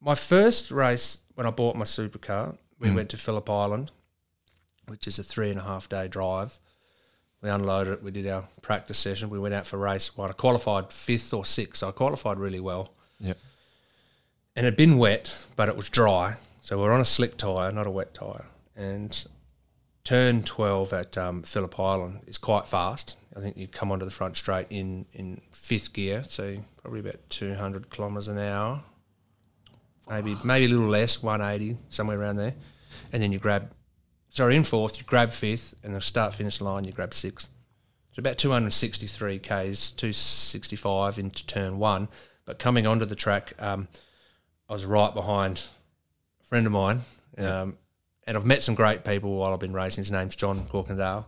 Speaker 2: my first race when I bought my supercar, we went to Phillip Island, which is a three and a half day drive. We unloaded it. We did our practice session. We went out for race one. I qualified fifth or sixth. So I qualified really well.
Speaker 1: yeah,
Speaker 2: and it had been wet, but it was dry. So we are on a slick tyre, not a wet tyre. And turn 12 at um, Phillip Island is quite fast. I think you come onto the front straight in, in fifth gear, so probably about 200 kilometres an hour, maybe maybe a little less, 180, somewhere around there. And then you grab, sorry, in fourth, you grab fifth, and the start finish line, you grab sixth. So about 263 Ks, 265 into turn one. But coming onto the track, um, I was right behind a friend of mine, um, and I've met some great people while I've been racing. His name's John Corkindale,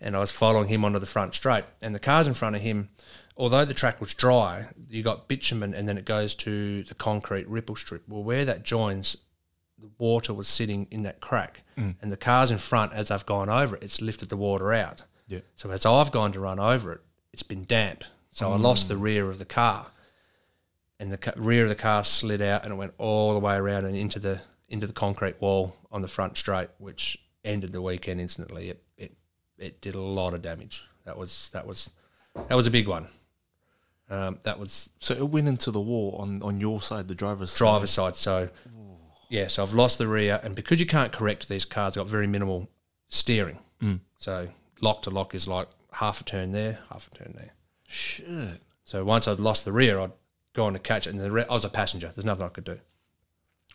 Speaker 2: and I was following him onto the front straight. And the cars in front of him, although the track was dry, you got bitumen, and then it goes to the concrete ripple strip. Well, where that joins, the water was sitting in that crack, and the cars in front, as I've gone over it, it's lifted the water out.
Speaker 1: yeah.
Speaker 2: So as I've gone to run over it, it's been damp. So I lost the rear of the car, and the ca- rear of the car slid out, and it went all the way around and into the into the concrete wall on the front straight, which ended the weekend instantly. It it it did a lot of damage. That was that was that was a big one. Um, that was
Speaker 1: So it went into the wall on on your side, the driver's side.
Speaker 2: driver's side. So yeah, so I've lost the rear, and because you can't correct these cars, I've got very minimal steering. So lock to lock is like half a turn there, half a turn there.
Speaker 1: Shit.
Speaker 2: So once I'd lost the rear, I'd gone to catch it, and the re- I was a passenger. There's nothing I could do.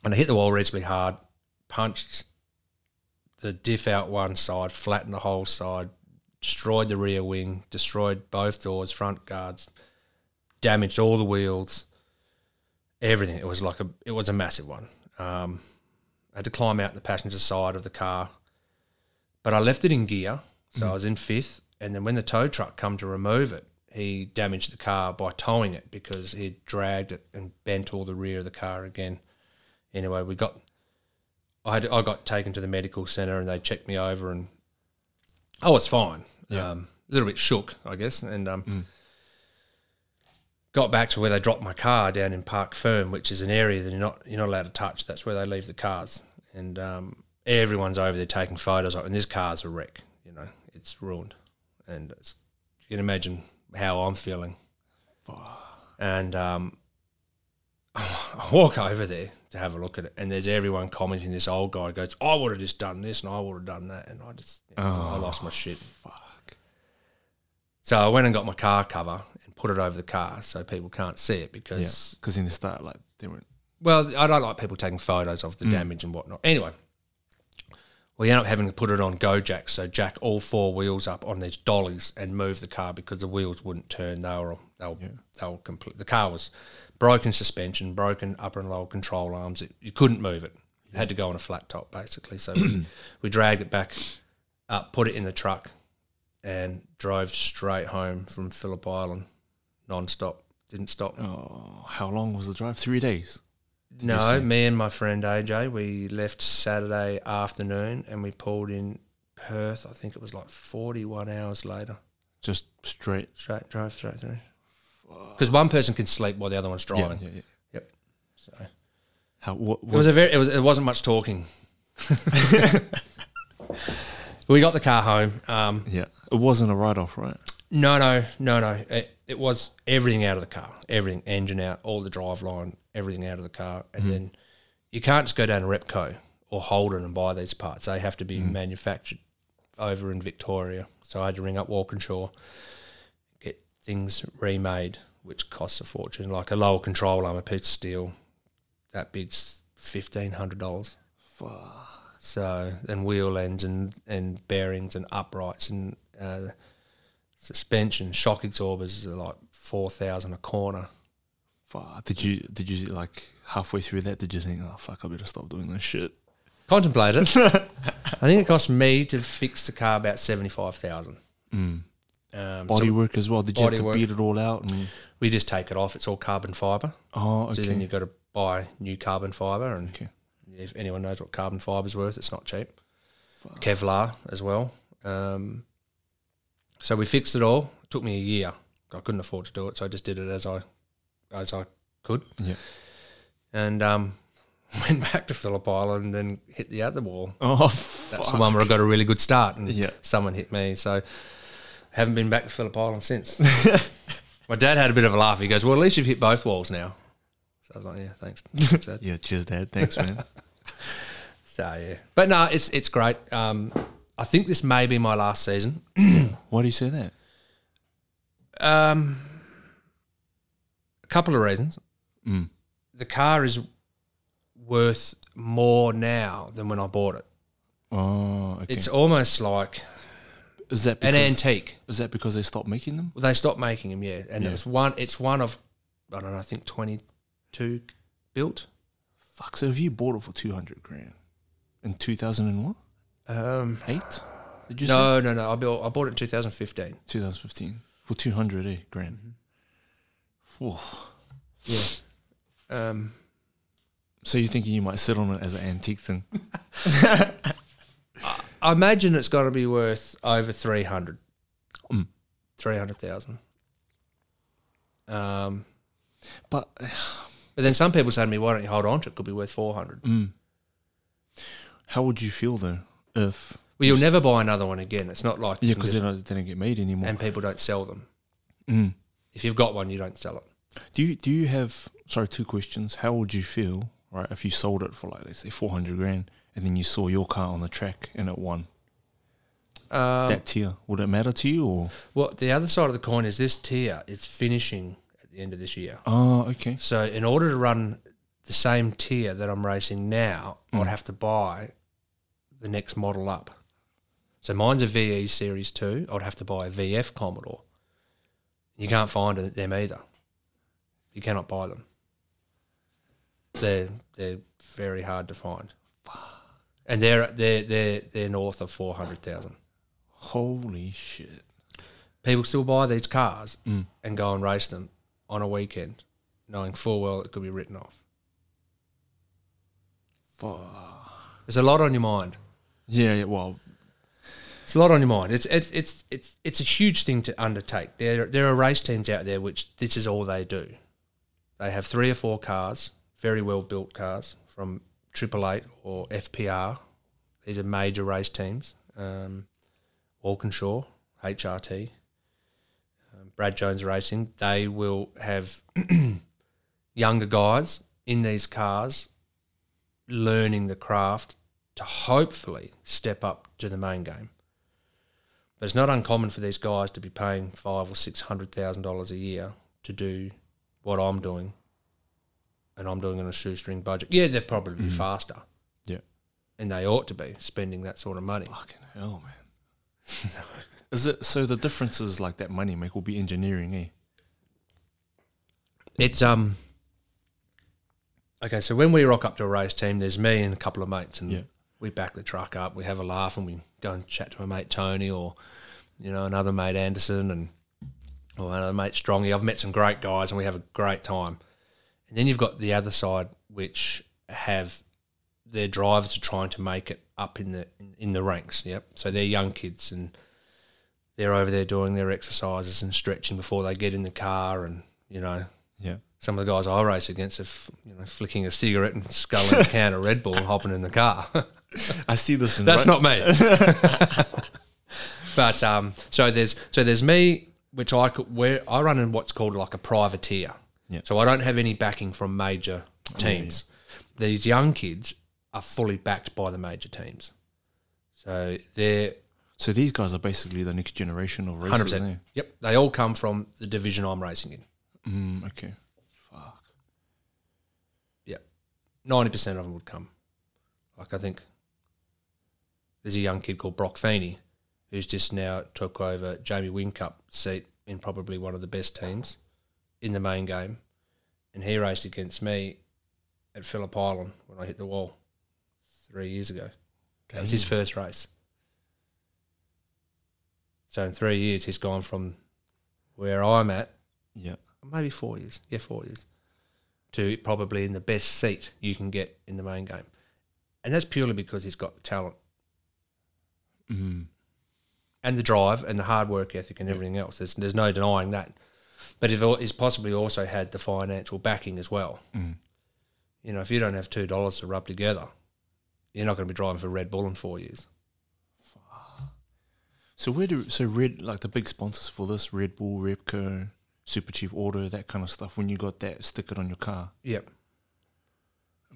Speaker 2: And I hit the wall reasonably hard, punched the diff out one side, flattened the whole side, destroyed the rear wing, destroyed both doors, front guards, damaged all the wheels, everything. It was like a it was a massive one. Um, I had to climb out the passenger side of the car, but I left it in gear, so I was in fifth. And then when the tow truck come to remove it, he damaged the car by towing it because he had dragged it and bent all the rear of the car again. Anyway, we got. I had, I got taken to the medical center and they checked me over and I was fine. Um, a little bit shook, I guess, and um, got back to where they dropped my car down in Park Fern, which is an area that you're not you're not allowed to touch. That's where they leave the cars, and um, everyone's over there taking photos. of it, And this car's a wreck. You know, it's ruined, and it's, you can imagine how I'm feeling. And um, I walk over there to have a look at it, and there's everyone commenting. This old guy goes, "I would have just done this, and I would have done that," and I just I lost my shit.
Speaker 1: Fuck.
Speaker 2: So I went and got my car cover and put it over the car so people can't see it because.
Speaker 1: Yeah. Because in the start, like they went.
Speaker 2: Well, I don't like people taking photos of the damage and whatnot. Anyway, we end up having to put it on go jack, so jack all four wheels up on these dollies and move the car because the wheels wouldn't turn. They were they were, they were complete. The car was broken suspension, broken upper and lower control arms. It, you couldn't move it. It had to go on a flat top basically. So we, we dragged it back up, put it in the truck, and drove straight home from Phillip Island, non-stop. Didn't stop.
Speaker 1: Oh, how long was the drive? Three days.
Speaker 2: No, me and my friend AJ, we left Saturday afternoon and we pulled in Perth. I think it was like 41 hours later.
Speaker 1: Just straight.
Speaker 2: Straight drive straight through. Because one person can sleep while the other one's
Speaker 1: Yeah,
Speaker 2: driving.
Speaker 1: yeah, yeah.
Speaker 2: Yep. So it
Speaker 1: How? What was?
Speaker 2: was a very. It, was, it wasn't much talking. we got the car home. Um,
Speaker 1: yeah. It wasn't a write off, right?
Speaker 2: no, no, no, no. It, it was everything out of the car. Everything, engine out, all the drive line, everything out of the car, and then you can't just go down to Repco or Holden and buy these parts. They have to be manufactured over in Victoria. So I had to ring up Walkinshaw, get things remade, which costs a fortune, like a lower control arm, a piece of steel, that big s- fifteen hundred dollars.
Speaker 1: Fuck.
Speaker 2: So and wheel ends and and bearings and uprights and uh, suspension, shock absorbers are like four thousand a corner.
Speaker 1: Fuck. Did you did you like halfway through that? Did you think, oh fuck, I better stop doing this shit?
Speaker 2: Contemplate it. I think it cost me to fix the car about seventy five thousand. Mm. Um,
Speaker 1: Hmm. Body
Speaker 2: so
Speaker 1: work as well. Did you have
Speaker 2: body
Speaker 1: to
Speaker 2: work.
Speaker 1: beat it all out? And
Speaker 2: we just take it off. It's all carbon fiber.
Speaker 1: oh,
Speaker 2: So then
Speaker 1: okay.
Speaker 2: you've got to buy new carbon fiber, and
Speaker 1: Okay.
Speaker 2: if anyone knows what carbon fiber's worth, it's not cheap. Kevlar as well. Um, so we fixed it all. It took me a year. I couldn't afford to do it, so I just did it as I as I could.
Speaker 1: Yeah.
Speaker 2: And um, went back to Phillip Island and then hit the other wall.
Speaker 1: Oh,
Speaker 2: That's
Speaker 1: fuck.
Speaker 2: the one where I got a really good start, and
Speaker 1: Yeah.
Speaker 2: someone hit me. So haven't been back to Phillip Island since. My dad had a bit of a laugh. He goes, "Well, at least you've hit both walls now." So I was like, "Yeah, thanks." Thanks, Dad."
Speaker 1: Yeah, cheers, Dad. Thanks, man.
Speaker 2: So yeah, but no, it's it's great. Um, I think this may be my last season.
Speaker 1: Why do you say that?
Speaker 2: Um, a couple of reasons.
Speaker 1: Mm.
Speaker 2: The car is worth more now than when I bought it.
Speaker 1: Oh, okay.
Speaker 2: It's almost like
Speaker 1: is that
Speaker 2: an
Speaker 1: because,
Speaker 2: antique.
Speaker 1: is that because they stopped making them?
Speaker 2: Well, they stopped making them, yeah, and
Speaker 1: Yeah.
Speaker 2: it's one. It's one of I don't know. I think twenty two built.
Speaker 1: Fuck. So if you bought it for two hundred grand in two thousand and what
Speaker 2: Um,
Speaker 1: eight? Did you say
Speaker 2: no, no, no. I built. I bought it in two thousand fifteen.
Speaker 1: two thousand fifteen for two hundred eh, grand?
Speaker 2: Mm-hmm.
Speaker 1: Whew.
Speaker 2: Yeah. Um,
Speaker 1: So you're thinking you might sit on it as an antique thing?
Speaker 2: I imagine it's got to be worth over 300.
Speaker 1: Mm.
Speaker 2: 300,000. Um,
Speaker 1: But
Speaker 2: but then some people say to me, why don't you hold on to it? It could be worth 400.
Speaker 1: mm. how would you feel though if
Speaker 2: Well, you'll never buy another one again. It's not like,
Speaker 1: yeah
Speaker 2: you can
Speaker 1: because they
Speaker 2: just-
Speaker 1: don't they don't get made anymore?
Speaker 2: and people don't sell them.
Speaker 1: Mm.
Speaker 2: If you've got one, you don't sell it.
Speaker 1: Do you do you have sorry two questions? How would you feel right if you sold it for like let's say four hundred grand and then you saw your car on the track and it won
Speaker 2: Um,
Speaker 1: that tier? Would it matter to you or
Speaker 2: well, the other side of the coin is this tier is finishing at the end of this year.
Speaker 1: oh okay
Speaker 2: So, in order to run the same tier that I'm racing now, I'd have to buy the next model up. So, mine's a VE Series 2. I'd have to buy a VF Commodore. You can't find it- them either. You cannot buy them. They're, they're very hard to find. And they're, they're, they're, they're north of 400,000.
Speaker 1: holy shit
Speaker 2: People still buy these cars and go and race them on a weekend, knowing full well it could be written off.
Speaker 1: fuck
Speaker 2: There's a lot on your mind.
Speaker 1: yeah, yeah well
Speaker 2: It's a lot on your mind. It's it's it's it's it's a huge thing to undertake. There there are race teams out there which this is all they do. They have three or four cars, very well built cars from Triple Eight or FPR. These are major race teams. Um, Walkinshaw, HRT, um, Brad Jones Racing. They will have younger guys in these cars learning the craft to hopefully step up to the main game. But it's not uncommon for these guys to be paying five or six hundred thousand dollars a year to do what I'm doing, and I'm doing it on a shoestring budget. Yeah, they're probably faster,
Speaker 1: yeah
Speaker 2: and they ought to be spending that sort of money.
Speaker 1: fucking hell man. Is it so? The difference is like that money make will be engineering, eh?
Speaker 2: It's um. Okay, so when we rock up to a race team, there's me and a couple of mates, and
Speaker 1: Yeah.
Speaker 2: we back the truck up. We have a laugh, and we go and chat to my mate Tony, or you know another mate Anderson, and or another mate Strongy. I've met some great guys, and we have a great time. And then you've got the other side, which have their drivers are trying to make it up in the in, in the ranks. Yep. So they're young kids, and they're over there doing their exercises and stretching before they get in the car, and you know
Speaker 1: Yeah.
Speaker 2: some of the guys I race against are f- you know, flicking a cigarette and sculling a can of Red Bull and hopping in the car.
Speaker 1: I see this. In
Speaker 2: That's
Speaker 1: Ru-
Speaker 2: not me. but um, so there's so there's me, which I could, where I run in what's called like a privateer.
Speaker 1: Yeah.
Speaker 2: So I don't have any backing from major teams. These young kids are fully backed by the major teams. So they're
Speaker 1: So these guys are basically the next generation of
Speaker 2: hundred
Speaker 1: racers.
Speaker 2: percent. Yep, they all come from the division I'm racing in.
Speaker 1: eh? Mm, okay. Fuck.
Speaker 2: Yeah. ninety percent of them would come. Like I think there's a young kid called Brock Feeney who's just now took over Jamie Wincup's seat in probably one of the best teams in the main game, and he raced against me at Phillip Island when I hit the wall three years ago. That was his first race. So in three years, he's gone from where I'm at,
Speaker 1: Yeah.
Speaker 2: maybe four years, yeah, four years, to probably in the best seat you can get in the main game. And that's purely because he's got the talent
Speaker 1: Mm.
Speaker 2: and the drive and the hard work ethic and everything else. There's, there's no denying that. But he's al- he's possibly also had the financial backing as well.
Speaker 1: Mm.
Speaker 2: You know, if you don't have two dollars to rub together, you're not going to be driving for Red Bull in four years.
Speaker 1: So where do so red like the big sponsors for this Red Bull, Repco, Super Cheap Auto, that kind of stuff? When you got that stickered on your car,
Speaker 2: Yep.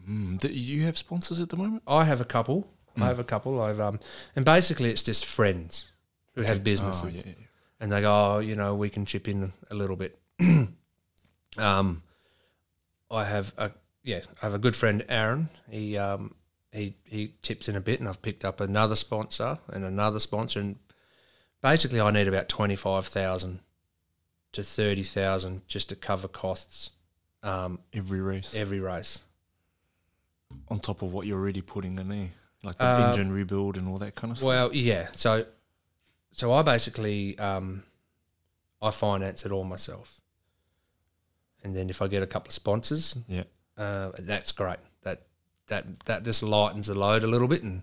Speaker 1: mm. do you have sponsors at the moment?
Speaker 2: I have a couple.
Speaker 1: Mm.
Speaker 2: I have a couple. I've um, and basically it's just friends who have businesses,
Speaker 1: oh, yeah.
Speaker 2: and they go, oh, you know, we can chip in a little bit. um, I have a yeah, I have a good friend Aaron. He um, he he tips in a bit, and I've picked up another sponsor and another sponsor, and basically I need about twenty five thousand to thirty thousand just to cover costs um,
Speaker 1: Every race
Speaker 2: every race.
Speaker 1: on top of what you're already putting in there, like the
Speaker 2: Uh,
Speaker 1: engine rebuild and all that kind of stuff.
Speaker 2: Well, yeah. So, so I basically um, I finance it all myself, and then if I get a couple of sponsors,
Speaker 1: Yeah.
Speaker 2: uh, that's great. That that that just lightens the load a little bit, and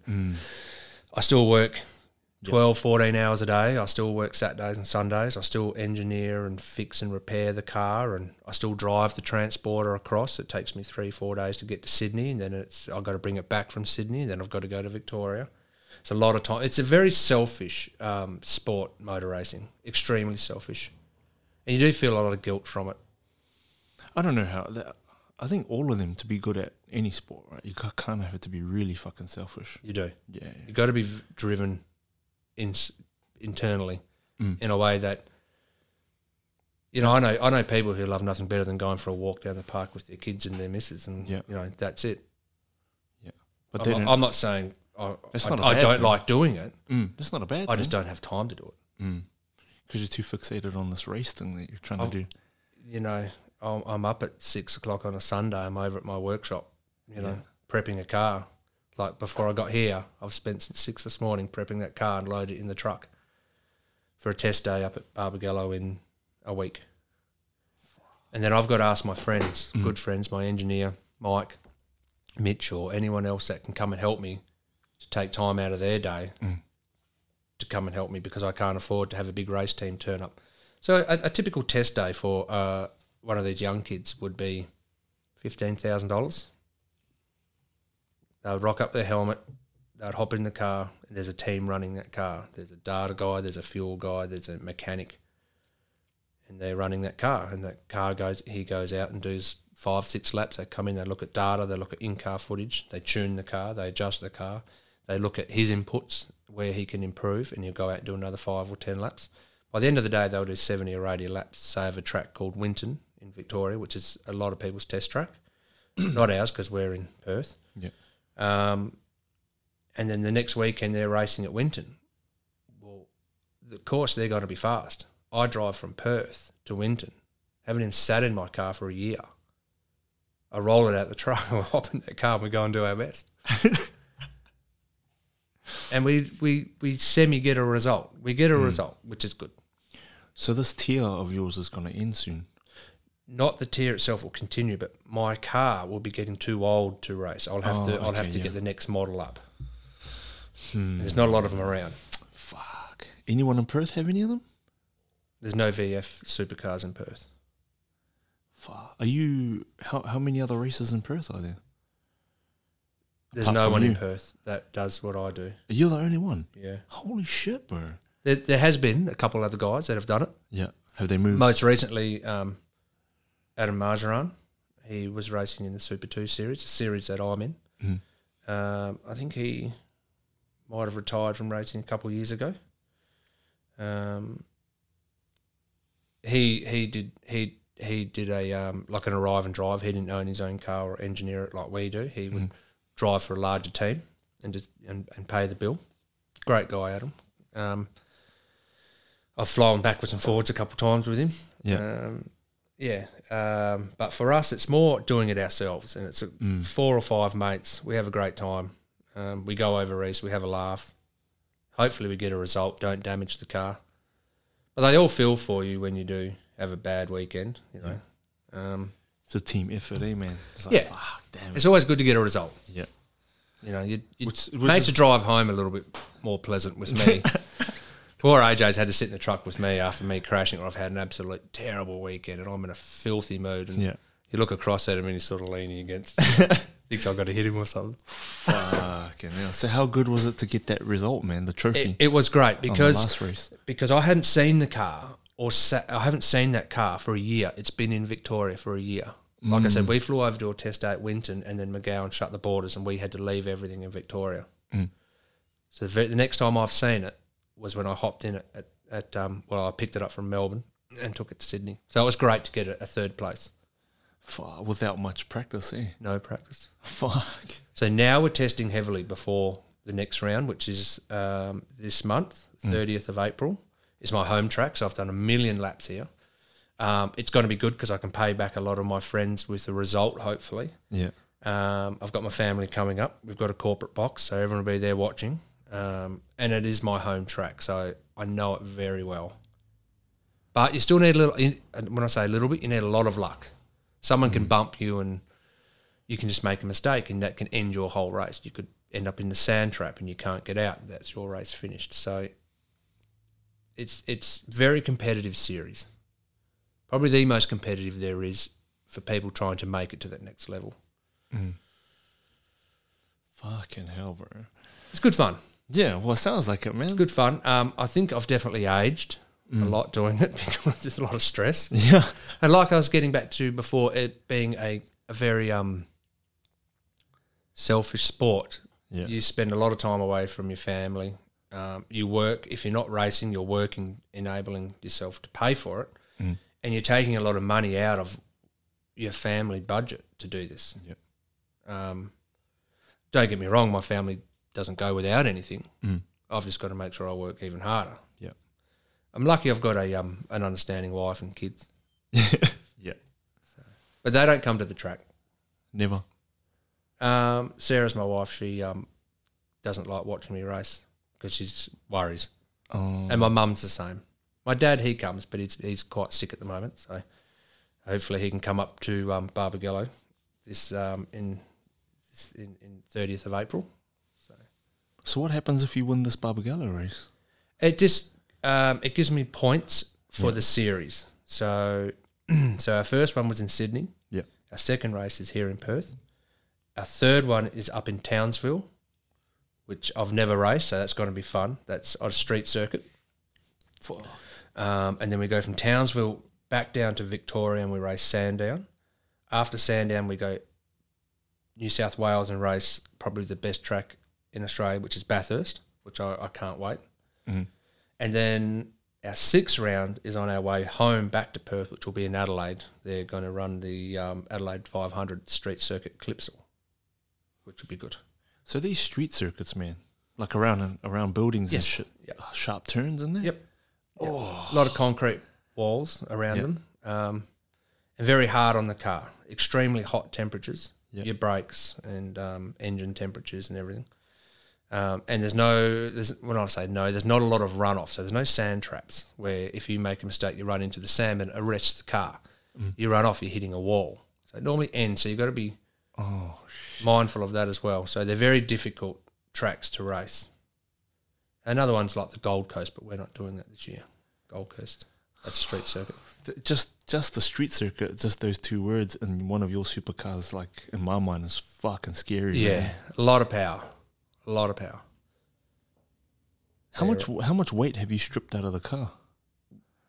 Speaker 2: I still work. 12, 14 hours a day. I still work Saturdays and Sundays. I still engineer and fix and repair the car, and I still drive the transporter across. It takes me three, four days to get to Sydney, and then it's I've got to bring it back from Sydney, and then I've got to go to Victoria. It's a lot of time. It's a very selfish um, sport, motor racing. Extremely selfish, and you do feel a lot of guilt from it.
Speaker 1: I don't know how. That, I think all of them to be good at any sport, right? You ca- can't have it to be really fucking selfish.
Speaker 2: You do.
Speaker 1: Yeah.
Speaker 2: You got to be v- driven in, internally
Speaker 1: Mm.
Speaker 2: in a way that you know. I know I know people who love nothing better than going for a walk down the park with their kids and their missus, and
Speaker 1: Yeah.
Speaker 2: you know that's it.
Speaker 1: But they
Speaker 2: I'm,
Speaker 1: don't.
Speaker 2: not, I'm not saying I,
Speaker 1: That's
Speaker 2: I,
Speaker 1: not a
Speaker 2: I
Speaker 1: bad
Speaker 2: don't
Speaker 1: thing.
Speaker 2: like doing it.
Speaker 1: mm, that's not a bad
Speaker 2: I
Speaker 1: thing.
Speaker 2: just don't have time to do it.
Speaker 1: Because you're too fixated on this race thing that you're trying
Speaker 2: I've-
Speaker 1: to do.
Speaker 2: You know, I'm, I'm up at six o'clock on a Sunday. I'm over at my workshop. You know, prepping a car. Like before I got here, I've spent since six this morning prepping that car and load it in the truck for a test day up at Barbagallo in a week. And then I've got to ask my friends, good friends, my engineer, Mike, Mitch, or anyone else that can come and help me to take time out of their day to come and help me because I can't afford to have a big race team turn up. So a, a typical test day for uh, one of these young kids would be fifteen thousand dollars. They would rock up their helmet. They'd hop in the car. And there's a team running that car. There's a data guy. There's a fuel guy. There's a mechanic, and they're running that car. And that car goes. He goes out and does five, six laps. They come in. They look at data. They look at in-car footage. They tune the car. They adjust the car. They look at his inputs where he can improve, and he'll go out and do another five or ten laps. By the end of the day, they'll do seventy or eighty laps, say of a track called Winton in Victoria, which is a lot of people's test track, not ours because we're in Perth.
Speaker 1: Yeah.
Speaker 2: Um, and then the next weekend they're racing at Winton. Well, the course they're going to be fast. I drive from Perth to Winton, haven't even sat in my car for a year. I roll it out the truck, I hop in that car, and we go and do our best. and we we we semi get a result. We get a
Speaker 1: Hmm.
Speaker 2: result, which is good.
Speaker 1: So this tier of yours is going to end soon.
Speaker 2: not the tier itself will continue, but my car will be getting too old to race. I'll have
Speaker 1: Oh,
Speaker 2: to I'll have
Speaker 1: okay, yeah.
Speaker 2: to
Speaker 1: Hmm.
Speaker 2: get the next model up. There's not a lot of them around.
Speaker 1: Fuck. Anyone in Perth have any of them?
Speaker 2: There's no VF supercars in Perth.
Speaker 1: Fuck. Are you? How how many other races in Perth are there?
Speaker 2: There's
Speaker 1: Apart
Speaker 2: no
Speaker 1: from
Speaker 2: one in
Speaker 1: you.
Speaker 2: Perth that does what I do.
Speaker 1: You're the only one.
Speaker 2: Yeah,
Speaker 1: Holy shit, bro.
Speaker 2: there, there has been a couple other guys that have done it.
Speaker 1: Yeah. Have they moved?
Speaker 2: Most recently, um, Adam Margeron. He was racing in the Super Two series, a series that I'm in.
Speaker 1: Mhm.
Speaker 2: Um, I think he might have retired from racing a couple of years ago. Um, he he did he he did a um, like an arrive and drive. He didn't own his own car or engineer it like we do. He would drive for a larger team and just and, and pay the bill. Great guy, Adam. Um, I've flown backwards and forwards a couple times with him.
Speaker 1: Yeah.
Speaker 2: Um, yeah. Um, but for us, it's more doing it ourselves, and it's a, four or five mates. We have a great time. Um, we go over east. We have a laugh. Hopefully, we get a result. Don't damage the car. But they all feel for you when you do have a bad weekend. You know, um,
Speaker 1: It's a team effort, eh, man? It's like,
Speaker 2: Yeah.
Speaker 1: fuck, damn it.
Speaker 2: it's always good to get a result.
Speaker 1: Yeah.
Speaker 2: You know, you, you
Speaker 1: Which- which
Speaker 2: made
Speaker 1: is-
Speaker 2: to drive home a little bit more pleasant with me. Poor AJ's had to sit in the truck with me after me crashing, or I've had an absolute terrible weekend, and I'm in a filthy mood. And
Speaker 1: Yeah.
Speaker 2: you look across at him, and he's sort of leaning against. Thinks I've got to hit him or something.
Speaker 1: Fucking hell. So how good was it to get that result, man? The trophy
Speaker 2: It, it was great
Speaker 1: on
Speaker 2: because
Speaker 1: the last race.
Speaker 2: because I hadn't seen the car or sa- I haven't seen that car for a year. It's been in Victoria for a year. Like I said, we flew over to a test day at Winton, and then McGowan shut the borders, and we had to leave everything in Victoria. So the, ve- the next time I've seen it was when I hopped in it at, at um, well, I picked it up from Melbourne and took it to Sydney. So it was great to get a, a third place.
Speaker 1: Fuck, without much practice, eh?
Speaker 2: No practice.
Speaker 1: Fuck.
Speaker 2: So now we're testing heavily before the next round, which is um, this month, 30th of April. It's my home track, so I've done a million laps here. Um, it's going to be good because I can pay back a lot of my friends with the result, hopefully.
Speaker 1: Yeah.
Speaker 2: Um, I've got my family coming up. We've got a corporate box, so everyone will be there watching. Um, and it is my home track, so I know it very well. But you still need a little. you- and When I say a little bit, you need a lot of luck. Someone can bump you, and you can just make a mistake, and that can end your whole race. You could end up in the sand trap, and you can't get out. That's your race finished. So it's it's very competitive series. Probably the most competitive there is for people trying to make it to that next level.
Speaker 1: Fucking hell, bro.
Speaker 2: It's good fun.
Speaker 1: Yeah, well, it sounds like it, man.
Speaker 2: Good fun. Um, I think I've definitely aged a lot doing it because there's a lot of stress.
Speaker 1: Yeah.
Speaker 2: And like I was getting back to before, it being a, a very um, selfish sport,
Speaker 1: Yeah.
Speaker 2: you spend a lot of time away from your family. Um, you work, if you're not racing, you're working, enabling yourself to pay for it. And you're taking a lot of money out of your family budget to do this.
Speaker 1: Yep.
Speaker 2: Um, don't get me wrong, my family doesn't go without anything.
Speaker 1: Mm.
Speaker 2: I've just got to make sure I work even harder.
Speaker 1: Yeah.
Speaker 2: I'm lucky I've got a um, an understanding wife and kids,
Speaker 1: Mm. Yeah.
Speaker 2: but they don't come to the track.
Speaker 1: Never.
Speaker 2: Um, Sarah's my wife. She um, doesn't like watching me race because she's worries.
Speaker 1: Um,
Speaker 2: And my mum's the same. My dad, he comes, but he's, he's quite sick at the moment. So hopefully he can come up to um, Barbagallo this um, in, this in in 30th of April.
Speaker 1: so what happens if you win this Barbagallo race?
Speaker 2: It just um, it gives me points for the series. So so our first one was in Sydney.
Speaker 1: Yeah.
Speaker 2: Our second race is here in Perth. Our third one is up in Townsville, which I've never raced, so that's going to be fun. That's on a street circuit. Um, and then we go from Townsville back down to Victoria and we race Sandown. After Sandown, we go New South Wales and race probably the best track in Australia, which is Bathurst, which I, I can't wait. And then our sixth round is on our way home back to Perth, which will be in Adelaide. They're going to run the um, Adelaide 500 Street Circuit Clipsal, which will be good.
Speaker 1: So these street circuits, man, like around around buildings and
Speaker 2: Yes.
Speaker 1: shit,
Speaker 2: Yep.
Speaker 1: Ah, sharp turns in there.
Speaker 2: Yep. Oh. A lot of concrete walls around
Speaker 1: Yep.
Speaker 2: them, um, and very hard on the car. Extremely hot temperatures,
Speaker 1: Yep.
Speaker 2: your brakes and um, engine temperatures and everything. Um, and there's no, there's when I say no, there's not a lot of runoff. So there's no sand traps where if you make a mistake, you run into the sand and it arrests the car.
Speaker 1: Mm.
Speaker 2: You run off, you're hitting a wall. So it normally ends. So you've got to be
Speaker 1: Oh,
Speaker 2: mindful of that as well. So they're very difficult tracks to race. Another one's like the Gold Coast, but we're not doing that this year. Gold Coast. That's a street circuit.
Speaker 1: th- just just the street circuit, just those two words in one of your supercars, like in my mind, is fucking scary. man.
Speaker 2: Yeah. A lot of power. A lot of power.
Speaker 1: How much how much weight have you stripped out of the car?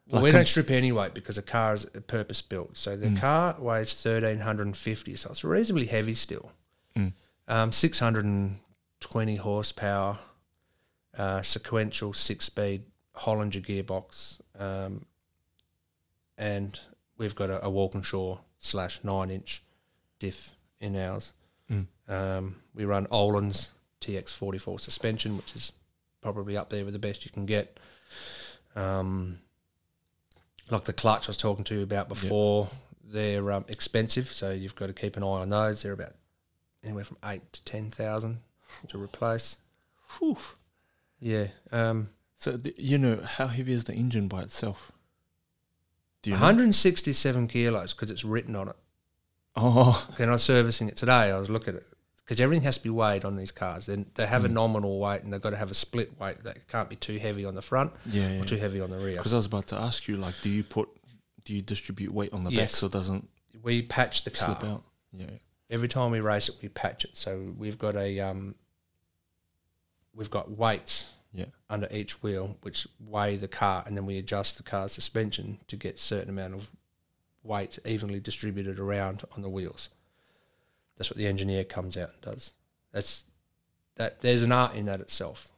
Speaker 2: Well,
Speaker 1: Like
Speaker 2: we
Speaker 1: a- Mm.
Speaker 2: don't strip any weight because the car is purpose built. So the car weighs 1,350, so it's reasonably heavy still.
Speaker 1: Mm.
Speaker 2: Um, 620 horsepower, uh, sequential six speed Hollinger gearbox, um, and we've got a, a Walkinshaw slash nine inch diff in ours.
Speaker 1: Mm.
Speaker 2: Um, we run Olin's TX44 suspension, which is probably up there with the best you can get. Um, like the clutch I was talking to you about before, they're um, expensive, so you've got to keep an eye on those. They're about anywhere from eight to ten thousand to replace.
Speaker 1: Whew.
Speaker 2: Yeah, um,
Speaker 1: So th- you know how heavy is the engine by itself? Do you know?
Speaker 2: 167 kilos because it's written on it.
Speaker 1: Oh,
Speaker 2: When I was servicing it today, I was looking at it because everything has to be weighed on these cars. Then they
Speaker 1: Mm.
Speaker 2: have a nominal weight and they've got to have a split weight that can't be too heavy on the front
Speaker 1: yeah. yeah.
Speaker 2: or too heavy on the rear.
Speaker 1: Because I was about to ask you, like, do you put, do you distribute weight on the back
Speaker 2: Yes.
Speaker 1: so it doesn't
Speaker 2: We patch the car
Speaker 1: slip out? Yeah.
Speaker 2: every time we race it. We patch it, so we've got a um, we've got weights
Speaker 1: Yeah.
Speaker 2: under each wheel which weigh the car, and then we adjust the car's suspension to get certain amount of weight evenly distributed around on the wheels. That's what the engineer comes out and does. That's that. There's an art in that itself.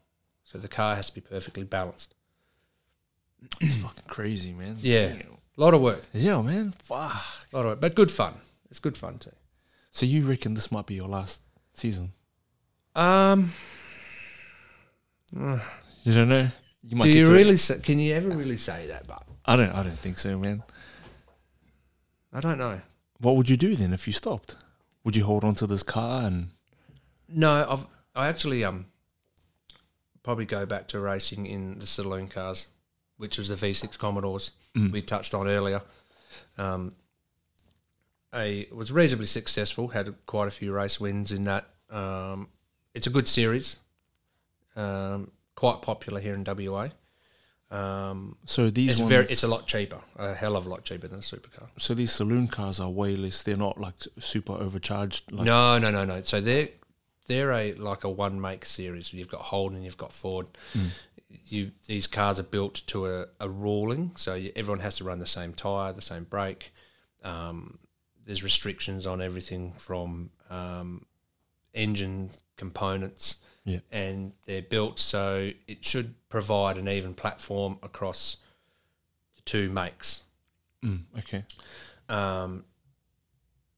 Speaker 2: So the car has to be perfectly balanced.
Speaker 1: Fucking crazy, man.
Speaker 2: Yeah.
Speaker 1: Damn.
Speaker 2: A lot of work,
Speaker 1: Yeah, man. Fuck.
Speaker 2: a lot of work, but good fun. It's good fun too.
Speaker 1: So you reckon this might be your last season?
Speaker 2: Um,
Speaker 1: You don't know. You might.
Speaker 2: do
Speaker 1: get
Speaker 2: you
Speaker 1: to-
Speaker 2: really? Say, can you ever really say that? But
Speaker 1: I don't. I don't think so, man.
Speaker 2: I don't know.
Speaker 1: What would you do then if you stopped? Would you hold on to this car and?
Speaker 2: No, I've I actually um probably go back to racing in the saloon cars, which was the V6 Commodores
Speaker 1: Mm.
Speaker 2: we touched on earlier. Um, I was reasonably successful, had quite a few race wins in that. Um, it's a good series, um, quite popular here in WA. Um,
Speaker 1: So these
Speaker 2: it's
Speaker 1: ones.
Speaker 2: very, it's a lot cheaper, a hell of a lot cheaper than a supercar.
Speaker 1: so these saloon cars are way less. They're not like super overcharged. Like,
Speaker 2: no, no, no, no. So they're they're a like a one make series. You've got Holden, you've got Ford.
Speaker 1: Hmm.
Speaker 2: You these cars are built to a, a ruling, so you, everyone has to run the same tire, the same brake. Um, there's restrictions on everything from um, engine components,
Speaker 1: Yeah.
Speaker 2: and they're built so it should provide an even platform across the two makes
Speaker 1: Mm, okay.
Speaker 2: um,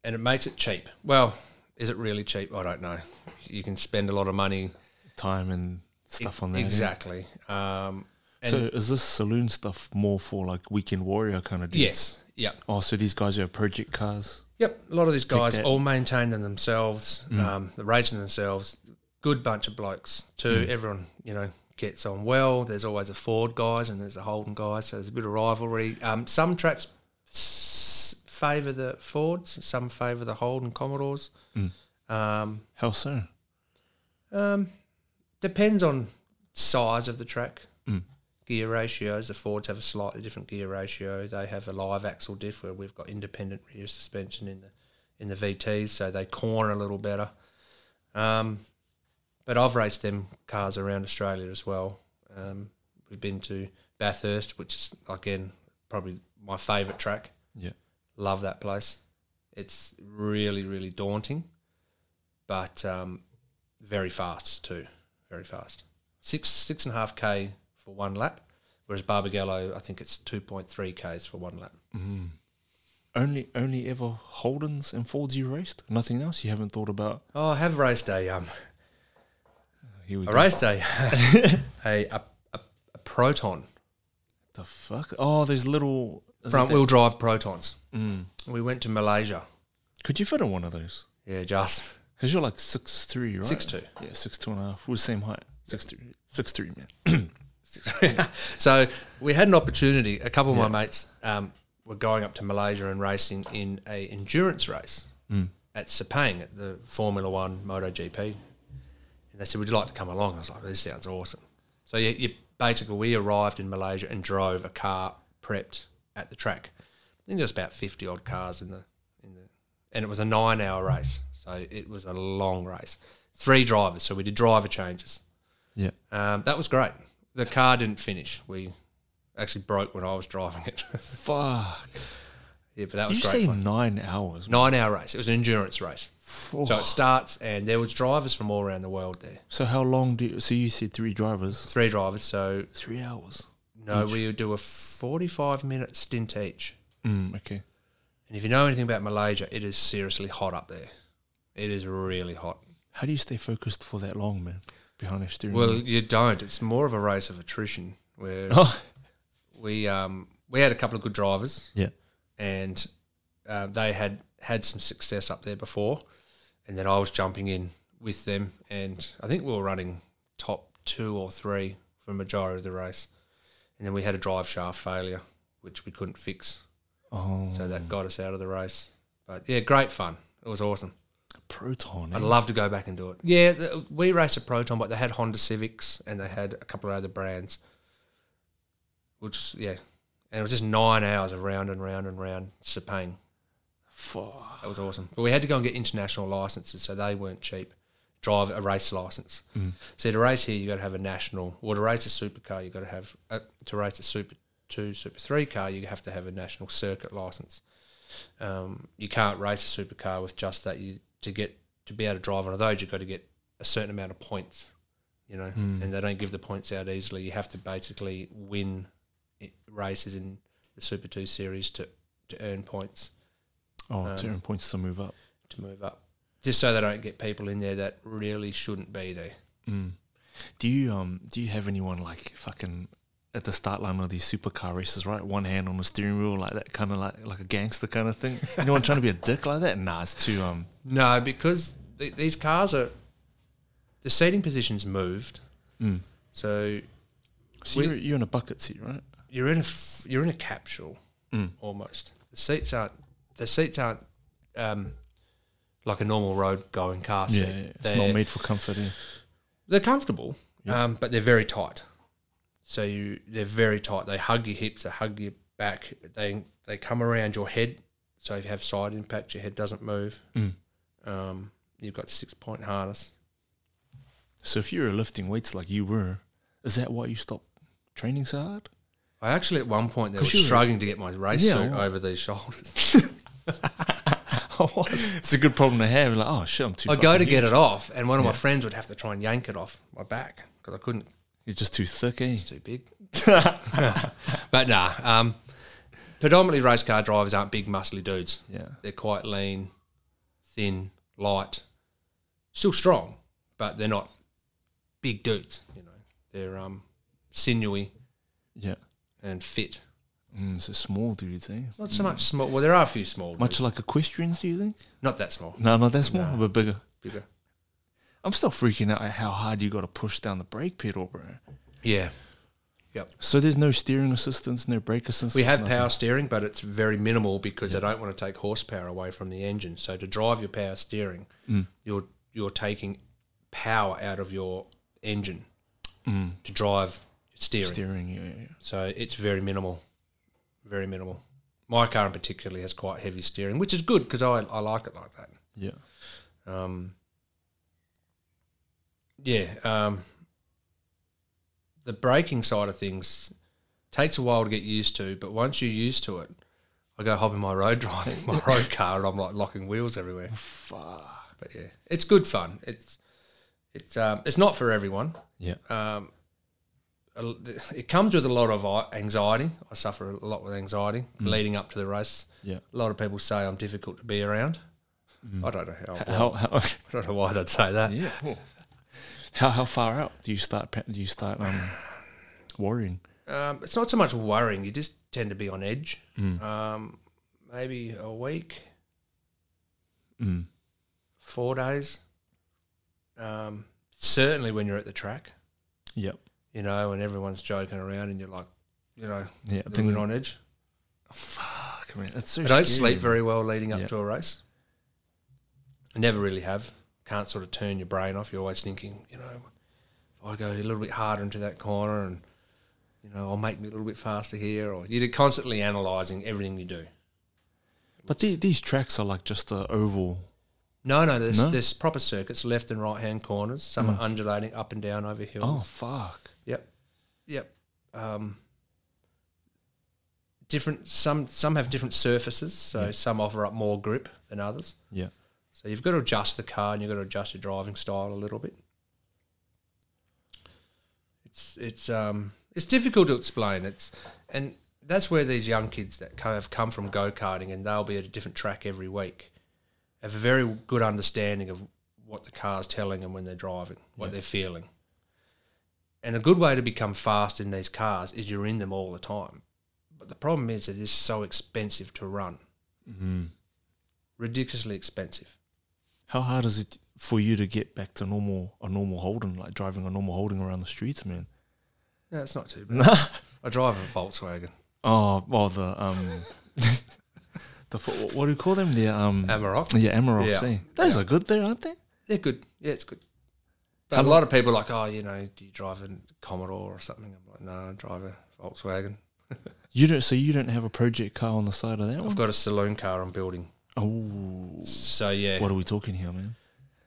Speaker 2: and it makes it cheap. Well, is it really cheap? I don't know. You can spend a lot of money.
Speaker 1: Time and stuff on that. eh?
Speaker 2: exactly. Um, and
Speaker 1: So is this saloon stuff more for like weekend warrior kind of deal?
Speaker 2: yes, yep,
Speaker 1: Oh, so these guys have project cars.
Speaker 2: yep. A lot of these guys
Speaker 1: that. Mm.
Speaker 2: all maintain them themselves. Um, they're racing themselves. Good bunch of blokes
Speaker 1: Mm.
Speaker 2: too. Everyone, you know, gets on well. There's always a Ford guys and there's a Holden guys, so there's a bit of rivalry. Um, some tracks s- favour the Fords, some favour the Holden Commodores.
Speaker 1: Mm.
Speaker 2: Um,
Speaker 1: How so?
Speaker 2: Um, depends on size of the track,
Speaker 1: Mm.
Speaker 2: gear ratios. The Fords have a slightly different gear ratio. They have a live axle diff where we've got independent rear suspension in the in the VTs, so they corner a little better. Um, but I've raced them cars around Australia as well. Um, we've been to Bathurst, which is again probably my favourite track.
Speaker 1: Yeah.
Speaker 2: Love that place. It's really, really daunting, but um, very fast too. Very fast. Six six and a half k for one lap, whereas Barbagallo, I think it's two point three k's for one lap.
Speaker 1: Only only ever Holdens and Fords you raced? Nothing else? You haven't thought about
Speaker 2: Oh, I have raced a um
Speaker 1: here we
Speaker 2: a
Speaker 1: go.
Speaker 2: race day, a, a, a a proton
Speaker 1: The fuck? Oh, there's little is it
Speaker 2: front
Speaker 1: that-
Speaker 2: wheel drive protons. Mm. We went to Malaysia.
Speaker 1: Could you fit in one of those?
Speaker 2: Yeah, just
Speaker 1: Because you're like six three, right?
Speaker 2: 6'2".
Speaker 1: Yeah, six two and a half. We're the same height. Six three. Six three, man.
Speaker 2: so we had an opportunity. A couple of my mates um, were going up to Malaysia and racing in a endurance race at Sepang at the Formula One MotoGP, and they said, "Would you like to come along?" I was like, "This sounds awesome." So you, you basically we arrived in Malaysia and drove a car prepped at the track. I think there's about fifty odd cars in the in the, and it was a nine hour race, so it was a long race. Three drivers, so we did driver changes.
Speaker 1: Yeah.
Speaker 2: Um, that was great. The car didn't finish. We actually broke when I was driving it.
Speaker 1: Fuck.
Speaker 2: yeah, but that
Speaker 1: Did
Speaker 2: was
Speaker 1: you
Speaker 2: great.
Speaker 1: say
Speaker 2: Fun.
Speaker 1: nine hours?
Speaker 2: Nine hour race. It was an endurance race. So it starts, and there was drivers from all around the world there.
Speaker 1: So how long do you, so you said three drivers?
Speaker 2: Three drivers. So
Speaker 1: Three hours.
Speaker 2: no, we would do a forty-five minute stint each.
Speaker 1: Mm, okay.
Speaker 2: And if you know anything about Malaysia, it is seriously hot up there. It is really hot.
Speaker 1: How do you stay focused for that long, man? Behind a steering
Speaker 2: Well,
Speaker 1: wheel.
Speaker 2: you don't. It's more of a race of attrition where
Speaker 1: Oh,
Speaker 2: we um, we had a couple of good drivers
Speaker 1: yeah.
Speaker 2: and uh, they had had some success up there before, and then I was jumping in with them, and I think we were running top two or three for a majority of the race, and then we had a drive shaft failure which we couldn't fix,
Speaker 1: Oh,
Speaker 2: so that got us out of the race. But yeah, great fun. It was awesome.
Speaker 1: proton.
Speaker 2: I'd
Speaker 1: Eh?
Speaker 2: love to go back and do it. Yeah, th- we raced a Proton, but they had Honda Civics and they had a couple of other brands, which yeah, and it was just nine hours of round and round and round Sepang.
Speaker 1: Fuck.
Speaker 2: That was awesome. But we had to go and get international licenses, so they weren't cheap. Drive a race license. So to race here, you got to have a national. Or to race a supercar, you got to have uh, to race a super two, super three car. You have to have a national circuit license. Um, you can't race a supercar with just that. You to get to be able to drive one of those, you've got to get a certain amount of points. You know, and they don't give the points out easily. You have to basically win i- races in the Super Two series to to earn points
Speaker 1: Oh,
Speaker 2: Um,
Speaker 1: turn points to move up.
Speaker 2: to move up, just so they don't get people in there that really shouldn't be there.
Speaker 1: Mm. Do you um do you have anyone like fucking at the start line of these supercar races, right? One hand on the steering wheel, like that kind of like like a gangster kind of thing. Anyone trying to be a dick like that? Nah, it's too um.
Speaker 2: No, because th- these cars are the seating positions moved,
Speaker 1: Mm.
Speaker 2: so
Speaker 1: So
Speaker 2: We-
Speaker 1: you're, you're in a bucket seat, right?
Speaker 2: you're in a f- you're in a capsule
Speaker 1: Mm.
Speaker 2: almost. The seats aren't the seats aren't um, like a normal road going car seat.
Speaker 1: Yeah, yeah, it's
Speaker 2: They're-
Speaker 1: not made for comfort. Yeah.
Speaker 2: They're comfortable,
Speaker 1: Yeah.
Speaker 2: um, but they're very tight. So you, they're very tight. They hug your hips, they hug your back. They they come around your head. So if you have side impact, your head doesn't move.
Speaker 1: Mm.
Speaker 2: Um, you've got six point harness.
Speaker 1: So if you were lifting weights like you were, is that why you stopped training so hard?
Speaker 2: I actually at one point they were
Speaker 1: 'Cause you were-
Speaker 2: struggling to get my race
Speaker 1: Yeah,
Speaker 2: suit
Speaker 1: I-
Speaker 2: over these shoulders.
Speaker 1: it's a good problem to have. Like, oh shit, I'm too.
Speaker 2: I'd go to
Speaker 1: fucking
Speaker 2: get
Speaker 1: huge.
Speaker 2: it off, and one of my friends would have to try and yank it off my back because I couldn't.
Speaker 1: You're just too thick, eh?
Speaker 2: It's too big. but nah, um, predominantly race car drivers aren't big, muscly dudes.
Speaker 1: Yeah.
Speaker 2: They're quite lean, thin, light, still strong, but they're not big dudes. You know, they're um, sinewy
Speaker 1: Yeah.
Speaker 2: and fit. Mm.
Speaker 1: Mm, so small dudes, eh?
Speaker 2: Not so much small. Well, there are a few small.
Speaker 1: Much
Speaker 2: dudes.
Speaker 1: like equestrians, do you think?
Speaker 2: not that small.
Speaker 1: No, no, that's more of a bigger.
Speaker 2: Bigger.
Speaker 1: I'm still freaking out at how hard you got to push down the brake pedal, bro.
Speaker 2: Yeah. Yep.
Speaker 1: So there's no steering assistance, no brake assistance.
Speaker 2: We have
Speaker 1: nothing.
Speaker 2: power steering, but it's very minimal because they don't want to take horsepower away from the engine. So to drive your power steering, you're you're taking power out of your engine to drive steering.
Speaker 1: steering. Yeah, yeah, yeah.
Speaker 2: So it's very minimal, very minimal. My car in particular has quite heavy steering, which is good because I, I like it like that.
Speaker 1: yeah.
Speaker 2: Um, yeah, um, the braking side of things takes a while to get used to, but once you're used to it, I go hop in my road driving my road car, and I'm like locking wheels everywhere.
Speaker 1: Fuck.
Speaker 2: But yeah, it's good fun. It's it's um, it's not for everyone.
Speaker 1: Yeah.
Speaker 2: Um, a l- it comes with a lot of i- anxiety. I suffer a lot with anxiety
Speaker 1: Mm.
Speaker 2: leading up to the race.
Speaker 1: Yeah.
Speaker 2: A lot of people say I'm difficult to be around. I don't know how.
Speaker 1: Mm. How how
Speaker 2: I don't know why they'd say that.
Speaker 1: yeah. How how far out do you start? pa- Do you start um worrying?
Speaker 2: Um, it's not so much worrying. You just tend to be on edge. Um, maybe a week,
Speaker 1: Mm.
Speaker 2: four days. Um, certainly when you're at the track,
Speaker 1: Yep.
Speaker 2: you know, and everyone's joking around, and you're like, you know,
Speaker 1: Yeah.
Speaker 2: a
Speaker 1: I
Speaker 2: little
Speaker 1: think,
Speaker 2: bit on edge.
Speaker 1: fuck man, it's so.
Speaker 2: I don't
Speaker 1: scary,
Speaker 2: sleep very well leading up
Speaker 1: Yeah.
Speaker 2: to a race. I never really have. Can't sort of turn your brain off. You're always thinking, you know, if I go a little bit harder into that corner, and you know, I'll make me a little bit faster here, or you're constantly analysing everything you do.
Speaker 1: But the, these tracks are like just a oval.
Speaker 2: No, no, there's,
Speaker 1: No? Mm.
Speaker 2: there's proper circuits, left and right hand corners. Some are undulating up and down over hills.
Speaker 1: Oh fuck.
Speaker 2: Yep, yep. Um, different. Some some have different surfaces, so some offer up more grip than others.
Speaker 1: Yeah.
Speaker 2: So you've got to adjust the car and you've got to adjust your driving style a little bit. It's it's um it's difficult to explain. It's and that's where these young kids that kind of come from go karting and they'll be at a different track every week have a very good understanding of what the car's telling them when they're driving, what they're feeling. And a good way to become fast in these cars is you're in them all the time. But the problem is that it's so expensive to run, ridiculously expensive.
Speaker 1: How hard is it for you to get back to normal a normal Holden, like driving a normal Holden around the streets, man?
Speaker 2: No, it's not too bad. I drive a Volkswagen
Speaker 1: Oh, well, the um, the fo- what do you call them? The um,
Speaker 2: Amarok.
Speaker 1: yeah, Amaroks.
Speaker 2: Yeah.
Speaker 1: Eh? Those are good there, aren't they?
Speaker 2: They're good. Mm. Yeah, it's good. But a lot of people are like, oh, you know, do you drive a Commodore or something? I'm like, no, I drive a Volkswagen.
Speaker 1: You don't. So you don't have a project car on the side of that
Speaker 2: I've
Speaker 1: one.
Speaker 2: got a saloon car I'm building.
Speaker 1: Oh,
Speaker 2: So yeah,
Speaker 1: what are we talking here, man?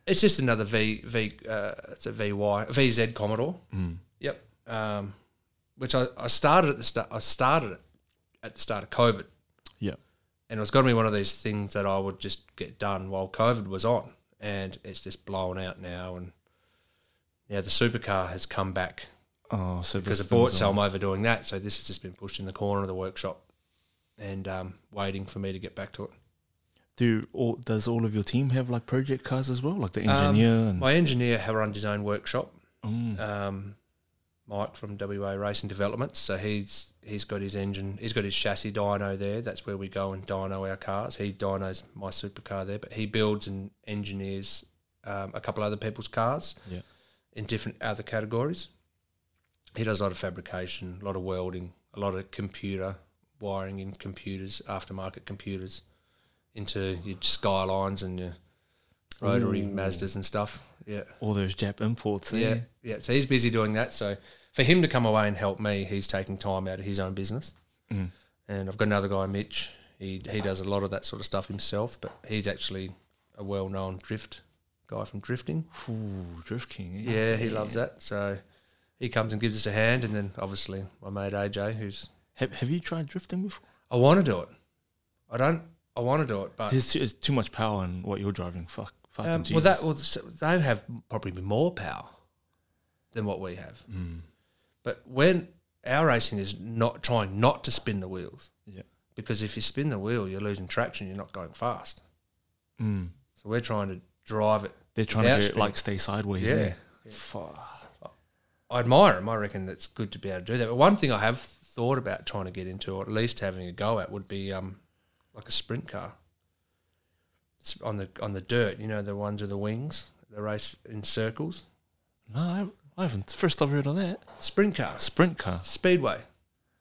Speaker 2: it's just another V V. Uh, it's a VY VZ Commodore. Mm. Yep. Um, which I, I started at the start. I started it at the start of COVID,
Speaker 1: Yeah.
Speaker 2: and it was going to be one of these things that I would just get done while COVID was on, and it's just blown out now. And now the supercar has come back
Speaker 1: Oh, so
Speaker 2: because
Speaker 1: this
Speaker 2: I bought
Speaker 1: thing's
Speaker 2: so I'm over doing that. So this has just been pushed in the corner of the workshop and um, waiting for me to get back to it.
Speaker 1: Do all, does all of your team have like project cars as well, like the engineer and
Speaker 2: Um, My engineer had runs his own workshop,
Speaker 1: Mm.
Speaker 2: um, Mike from WA Racing Developments. So he's he's got his engine, he's got his chassis dyno there. That's where we go and dyno our cars. He dynos my supercar there, but he builds and engineers um, a couple other people's cars
Speaker 1: Yeah.
Speaker 2: in different other categories. He does a lot of fabrication, a lot of welding, a lot of computer wiring in computers, aftermarket computers, into your skylines and your rotary Mazdas and stuff. Yeah.
Speaker 1: all those Jap imports? eh?
Speaker 2: Hmm. Yeah, yeah. So he's busy doing that. So for him to come away and help me, he's taking time out of his own business.
Speaker 1: Mm.
Speaker 2: And I've got another guy, Mitch. He he does a lot of that sort of stuff himself, but he's actually a well-known drift guy from drifting.
Speaker 1: Ooh, Drift King. eh?
Speaker 2: Yeah, he loves that. So he comes and gives us a hand, and then obviously my mate AJ, who's
Speaker 1: Have Have you tried drifting before?
Speaker 2: I want to do it. I don't. I want to do it, but
Speaker 1: There's too, it's too much power in what you're driving. Fuck. Fucking
Speaker 2: Uh, Um, well,
Speaker 1: Jesus.
Speaker 2: that well, so they have probably more power than what we have.
Speaker 1: Hmm.
Speaker 2: But when our racing is not trying not to spin the wheels,
Speaker 1: Yeah.
Speaker 2: because if you spin the wheel, you're losing traction. You're not going fast.
Speaker 1: Mm.
Speaker 2: So we're trying to drive it.
Speaker 1: They're trying to
Speaker 2: without
Speaker 1: go,
Speaker 2: spin.
Speaker 1: like stay sideways.
Speaker 2: Yeah.
Speaker 1: Yeah. Fuck.
Speaker 2: I admire them. I reckon that's good to be able to do that. But one thing I have thought about trying to get into, or at least having a go at, would be um, like a sprint car It's on the on the dirt. You know, the ones with the wings. They race in circles.
Speaker 1: No, I, I haven't. First I've heard of that.
Speaker 2: Sprint car,
Speaker 1: Sprint car.
Speaker 2: speedway.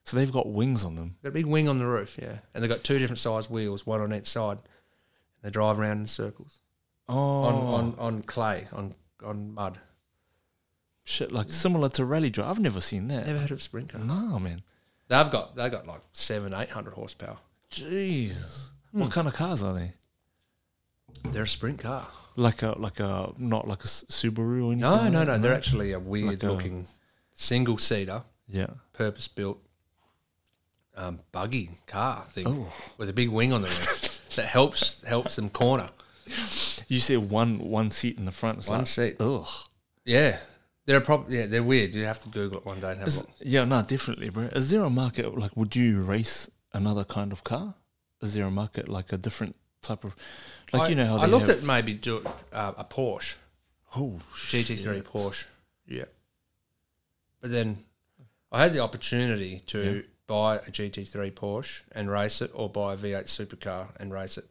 Speaker 1: So they've got wings on them.
Speaker 2: Got a big wing on the roof, yeah. And they've got two different sized wheels, one on each side. And they drive around in circles
Speaker 1: Oh,
Speaker 2: on, on, on clay, on, on mud.
Speaker 1: shit! Like similar to rally drive. I've never seen that.
Speaker 2: Never heard of Sprinter.
Speaker 1: Nah, man.
Speaker 2: They've got they have got like seven, eight hundred horsepower.
Speaker 1: Jesus.
Speaker 2: Hmm.
Speaker 1: What kind of cars are they?
Speaker 2: They're a sprint car.
Speaker 1: Like a like a not like a S- Subaru or anything.
Speaker 2: No,
Speaker 1: like
Speaker 2: no,
Speaker 1: that,
Speaker 2: no. They're actually a weird
Speaker 1: Like a-
Speaker 2: looking single seater,
Speaker 1: Yeah.
Speaker 2: purpose built um, buggy car thing
Speaker 1: Oh.
Speaker 2: with a big wing on the roof that helps helps them corner.
Speaker 1: You see one one seat in the front. It's
Speaker 2: One
Speaker 1: like,
Speaker 2: seat.
Speaker 1: Ugh.
Speaker 2: Yeah. They're a prob- yeah, they're weird. You have to Google it one day and have a
Speaker 1: Is,
Speaker 2: look.
Speaker 1: yeah, no, definitely, bro. Is there a market like? Would you race another kind of car? Is there a market like a different type of, like
Speaker 2: I,
Speaker 1: you know how
Speaker 2: I
Speaker 1: they
Speaker 2: looked
Speaker 1: have,
Speaker 2: at maybe do it, uh, a Porsche.
Speaker 1: oh
Speaker 2: GT3
Speaker 1: shit.
Speaker 2: Porsche. Yeah. But then I had the opportunity to buy a GT3 Porsche and race it, or buy a V8 supercar and race it.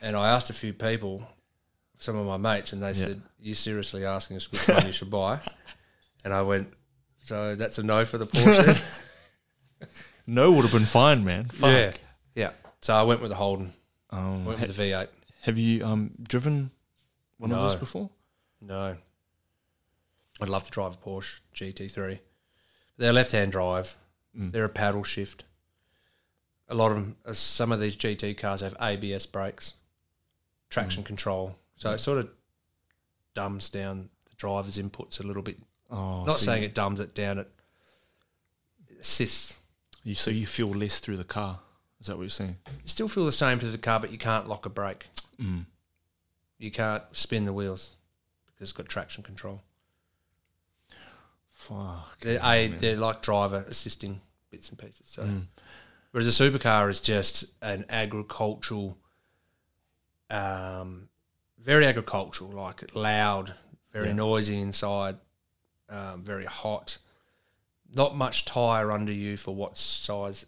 Speaker 2: And I asked a few people, some of my mates, and they said, "You seriously asking us which one you should buy?" And I went, "So that's a no for the Porsche." then?"
Speaker 1: No, would have been fine, man. Fuck.
Speaker 2: yeah. So I went with the Holden.
Speaker 1: Um,
Speaker 2: Went with the V8.
Speaker 1: have you um driven one of those
Speaker 2: No.
Speaker 1: before?
Speaker 2: No. I'd love to drive a Porsche GT3. They're left hand drive. They're a paddle shift. A lot of them, some of these GT cars have ABS brakes, traction control. So it sort of dumbs down the driver's inputs a little bit.
Speaker 1: Oh,
Speaker 2: Not
Speaker 1: so
Speaker 2: saying
Speaker 1: you,
Speaker 2: it dumbs it down, it assists.
Speaker 1: you- so you feel less through the car. Is that what you're saying?
Speaker 2: You still feel the same to the car, but you can't lock a brake.
Speaker 1: Mm.
Speaker 2: You can't spin the wheels because it's got traction control.
Speaker 1: Fuck.
Speaker 2: They're, a, they're like driver assisting bits and pieces. So, whereas a supercar is just an agricultural, um, very agricultural, like loud, very
Speaker 1: Yeah.
Speaker 2: noisy inside, um, very hot. Not much tire under you for what size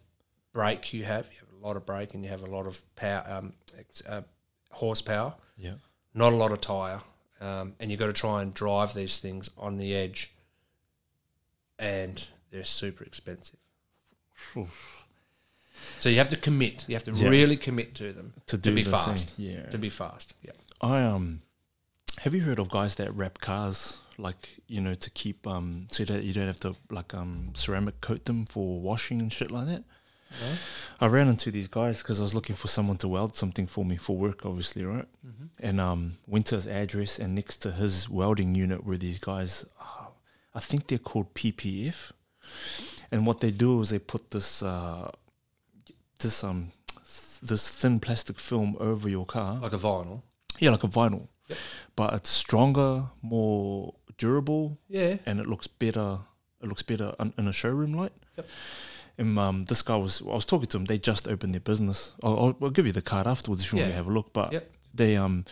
Speaker 2: brake you have. You have a lot of brake and you have a lot of power, um, ex- uh, horsepower
Speaker 1: Yeah.
Speaker 2: not a lot of tyre, um, and you've got to try and drive these things on the edge, and they're super expensive. So you have to commit. You have to
Speaker 1: Yeah.
Speaker 2: really commit to them
Speaker 1: To do
Speaker 2: be
Speaker 1: the thing,
Speaker 2: fast.
Speaker 1: Yeah.
Speaker 2: to be fast. Yeah,
Speaker 1: I um, have you heard of guys that wrap cars like you know to keep um so that you don't have to like um ceramic coat them for washing and shit like that?
Speaker 2: No?
Speaker 1: I ran into these guys because I was looking for someone to weld something for me for work, obviously, right? And um, Winter's address and next to his welding unit were these guys. Uh, I think they're called PPF, and what they do is they put this uh, this um this thin plastic film over your car.
Speaker 2: like a vinyl.
Speaker 1: Yeah, like a vinyl.
Speaker 2: Yep.
Speaker 1: But it's stronger, more durable,
Speaker 2: Yeah,
Speaker 1: and it looks better. It looks better un- in a showroom light.
Speaker 2: Yep.
Speaker 1: And um, this guy was, I was talking to him. They just opened their business. I'll, I'll, I'll give you the card afterwards if you want to
Speaker 2: Yeah.
Speaker 1: have a look. But
Speaker 2: Yep.
Speaker 1: they, um,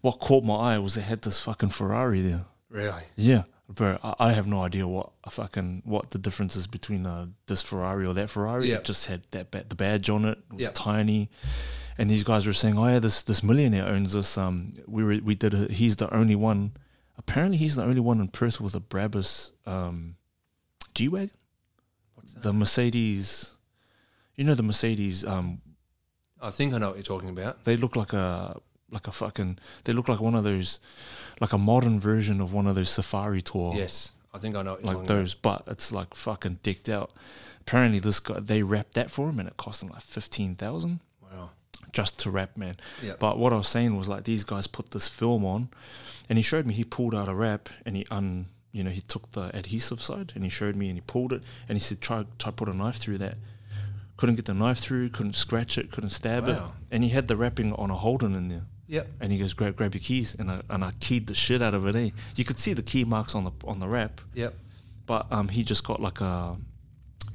Speaker 1: what caught my eye was they had this fucking Ferrari there.
Speaker 2: really.
Speaker 1: Yeah, bro. I, I have no idea what a fucking what the difference is between uh, this Ferrari or that Ferrari.
Speaker 2: Yep.
Speaker 1: It just had that ba- the badge on it. it was
Speaker 2: Yep.
Speaker 1: tiny. And these guys were saying, "Oh yeah, this this millionaire owns this. Um, we were, we did. A, he's the only one. Apparently, he's the only one in Perth with a Brabus um, G wagon.
Speaker 2: What's that?
Speaker 1: The Mercedes. You know the Mercedes. Um,
Speaker 2: I think I know what you're talking about.
Speaker 1: they look like a like a fucking. They look like one of those, like a modern version of one of those safari tour
Speaker 2: Yes, I think I know what you're
Speaker 1: like
Speaker 2: talking
Speaker 1: those, but it's like fucking decked out. Apparently, this guy they wrapped that for him, and it cost him like fifteen thousand
Speaker 2: about. Wow.
Speaker 1: just to wrap, man.
Speaker 2: Yeah.
Speaker 1: But what I was saying was like these guys put this film on, and he showed me he pulled out a wrap and he un you know he took the adhesive side and he showed me and he pulled it and he said try try put a knife through that. Couldn't get the knife through, couldn't scratch it, couldn't stab it,
Speaker 2: Wow.
Speaker 1: and he had the wrapping on a Holden in there.
Speaker 2: Yep.
Speaker 1: And he goes, grab, grab your keys, and I and I keyed the shit out of it. Eh? You could see the key marks on the on the wrap,
Speaker 2: Yep.
Speaker 1: but um, he just got like a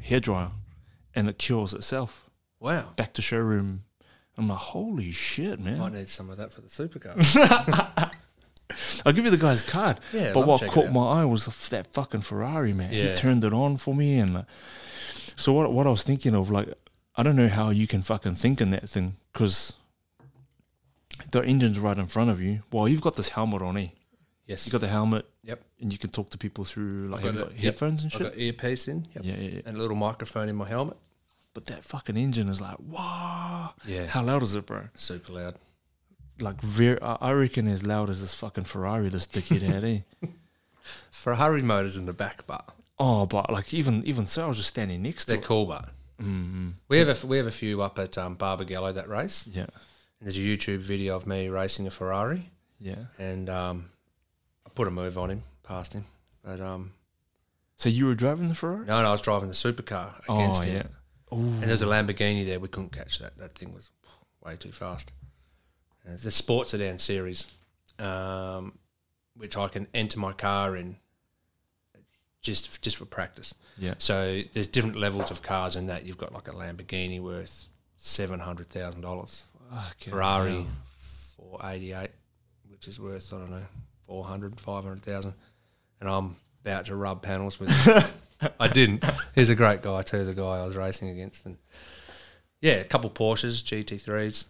Speaker 1: hairdryer and it cures itself.
Speaker 2: Wow.
Speaker 1: Back to showroom. I'm like, holy shit,
Speaker 2: Might
Speaker 1: man.
Speaker 2: need some of that for the supercar.
Speaker 1: I'll give you the guy's card.
Speaker 2: Yeah,
Speaker 1: but
Speaker 2: love
Speaker 1: what
Speaker 2: check it
Speaker 1: caught
Speaker 2: out.
Speaker 1: my eye was the, f- that fucking Ferrari, man. He
Speaker 2: Yeah.
Speaker 1: turned it on for me. And uh, so, what, what I was thinking of, like, I don't know how you can fucking think in that thing because the engine's right in front of you. Well, you've got this helmet on, eh?
Speaker 2: yes.
Speaker 1: You've got the helmet
Speaker 2: yep.
Speaker 1: and you can talk to people through like
Speaker 2: got
Speaker 1: have you
Speaker 2: it.
Speaker 1: got
Speaker 2: Yep.
Speaker 1: headphones and
Speaker 2: I've
Speaker 1: shit.
Speaker 2: got earpiece in. Yep.
Speaker 1: yeah, yeah, yeah.
Speaker 2: And a little microphone in my helmet.
Speaker 1: But that fucking engine is like, wow.
Speaker 2: Yeah.
Speaker 1: How loud is it, bro?
Speaker 2: Super loud.
Speaker 1: like very, I I reckon as loud as this fucking Ferrari this dickhead had. Eh?
Speaker 2: Ferrari motors in the back, but
Speaker 1: Oh, but like even even so, I was just standing next to
Speaker 2: they're
Speaker 1: it.
Speaker 2: cool. But
Speaker 1: Mm, mm.
Speaker 2: we have a, we have a few up at um, Barbagallo that race.
Speaker 1: Yeah,
Speaker 2: And there's a YouTube video of me racing a Ferrari,
Speaker 1: yeah.
Speaker 2: and um, I put a move on him, past him. But um,
Speaker 1: So you were driving the Ferrari?
Speaker 2: no, no, I was driving the supercar against
Speaker 1: oh,
Speaker 2: him,
Speaker 1: yeah. Ooh.
Speaker 2: and there's a Lamborghini there. We couldn't catch that. That thing was way too fast. And it's a sports sedan series, um, which I can enter my car in, just just for practice.
Speaker 1: Yeah.
Speaker 2: So there's different levels of cars in that. You've got like a Lamborghini worth seven hundred thousand dollars,
Speaker 1: Fucking
Speaker 2: Ferrari
Speaker 1: hell.
Speaker 2: four eighty eight, which is worth I don't know 400, 500,000. and I'm about to rub panels with. I didn't. He's a great guy too. The guy I was racing against, and yeah, a couple Porsches GT threes,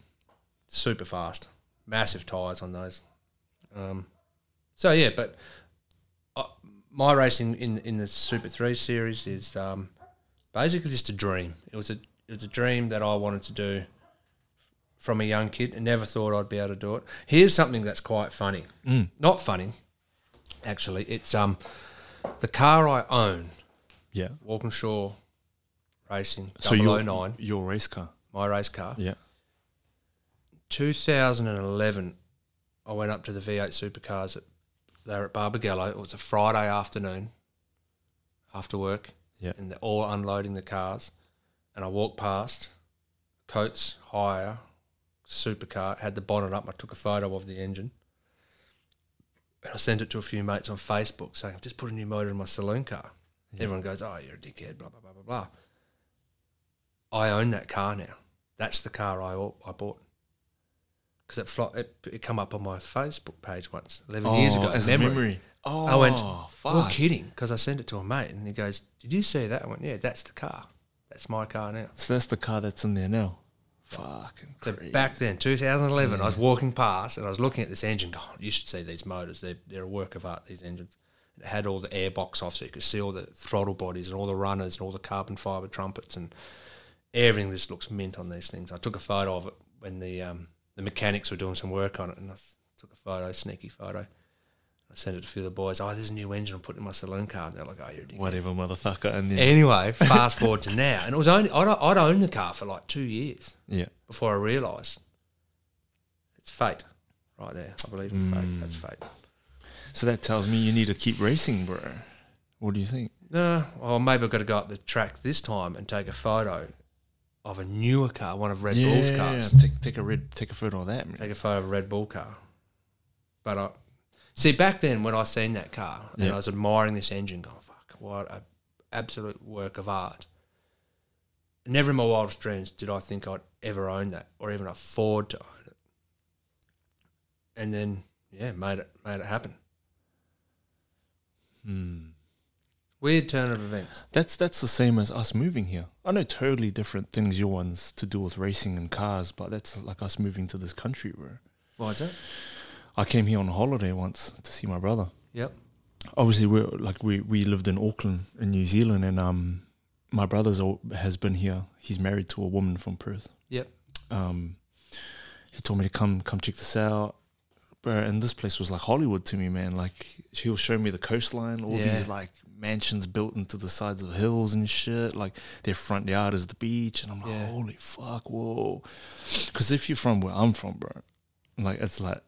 Speaker 2: super fast, massive tires on those. Um, so yeah, but I, my racing in in the Super Three series is um, basically just a dream. It was a it was a dream that I wanted to do from a young kid and never thought I'd be able to do it. Here's something that's quite funny. Not funny, actually. It's um the car I own,
Speaker 1: Yeah.
Speaker 2: Walkinshaw Racing
Speaker 1: So
Speaker 2: 009,
Speaker 1: your your race car?
Speaker 2: my race car.
Speaker 1: Yeah.
Speaker 2: 2011, I went up to the V8 supercars at they were at Barbagallo. It was a Friday afternoon after work,
Speaker 1: Yeah.
Speaker 2: and they're all unloading the cars. And I walked past Coates Hire supercar, had the bonnet up. I took a photo of the engine, and I sent it to a few mates on Facebook saying, "I've just put a new motor in my saloon car." Everyone goes, "Oh, you're a dickhead," blah blah blah blah blah. I own that car now. That's the car I au- I bought. Because it, flo- it it come up on my Facebook page once eleven years
Speaker 1: Oh,
Speaker 2: ago.
Speaker 1: as a memory. Oh,
Speaker 2: I went,
Speaker 1: fuck.
Speaker 2: You're kidding? Because I sent it to a mate, and he goes, "Did you see that?" I went, "Yeah, that's the car. That's my car now."
Speaker 1: So that's the car that's in there now. Fucking
Speaker 2: So
Speaker 1: crazy.
Speaker 2: back then, 2011, I was walking past and I was looking at this engine. God, you should see these motors. They're, they're a work of art, these engines. It had all the airbox off, so you could see all the throttle bodies and all the runners and all the carbon fiber trumpets and everything just looks mint on these things. I took a photo of it when the um, the mechanics were doing some work on it and I s- took a photo, sneaky photo. I sent it to a few of the boys. Oh, there's a new engine. I'm putting it in my saloon car. And they're like, oh, you're a dick.
Speaker 1: Whatever, motherfucker. And then,
Speaker 2: Anyway, fast forward to now. And it was only, I'd, I'd owned the car for like two years
Speaker 1: yeah.
Speaker 2: before I realised it's fate right there. I believe in fate. That's fate.
Speaker 1: So that tells me you need to keep racing, bro. What do you think?
Speaker 2: No, well, maybe I've got to go up the track this time and take a photo of a newer car, one of Red Bull's cars.
Speaker 1: Take, take a red, take a photo of that. Man.
Speaker 2: Take a photo of a Red Bull car. But I see back then when I seen that car and
Speaker 1: Yeah.
Speaker 2: I was admiring this engine, going, fuck, what a absolute work of art. Never in my wildest dreams did I think I'd ever own that or even afford to own it. And then yeah, made it made it happen.
Speaker 1: Hmm.
Speaker 2: Weird turn of events.
Speaker 1: That's that's the same as us moving here. I know totally different things your ones to do with racing and cars, but that's like us moving to this country, bro.
Speaker 2: Why is that?
Speaker 1: I came here on holiday once to see my brother.
Speaker 2: Yep.
Speaker 1: obviously we're like we we lived in Auckland in New Zealand, and um, my brother's al- has been here. He's married to a woman from Perth.
Speaker 2: Yep.
Speaker 1: Um, he told me to come come check this out, bro. And this place was like Hollywood to me, man. Like he was showing me the coastline, all
Speaker 2: Yeah.
Speaker 1: these like mansions built into the sides of hills and shit. Like their front yard is the beach, and I'm like,
Speaker 2: Yeah.
Speaker 1: holy fuck, whoa. Because if you're from where I'm from, bro, like it's like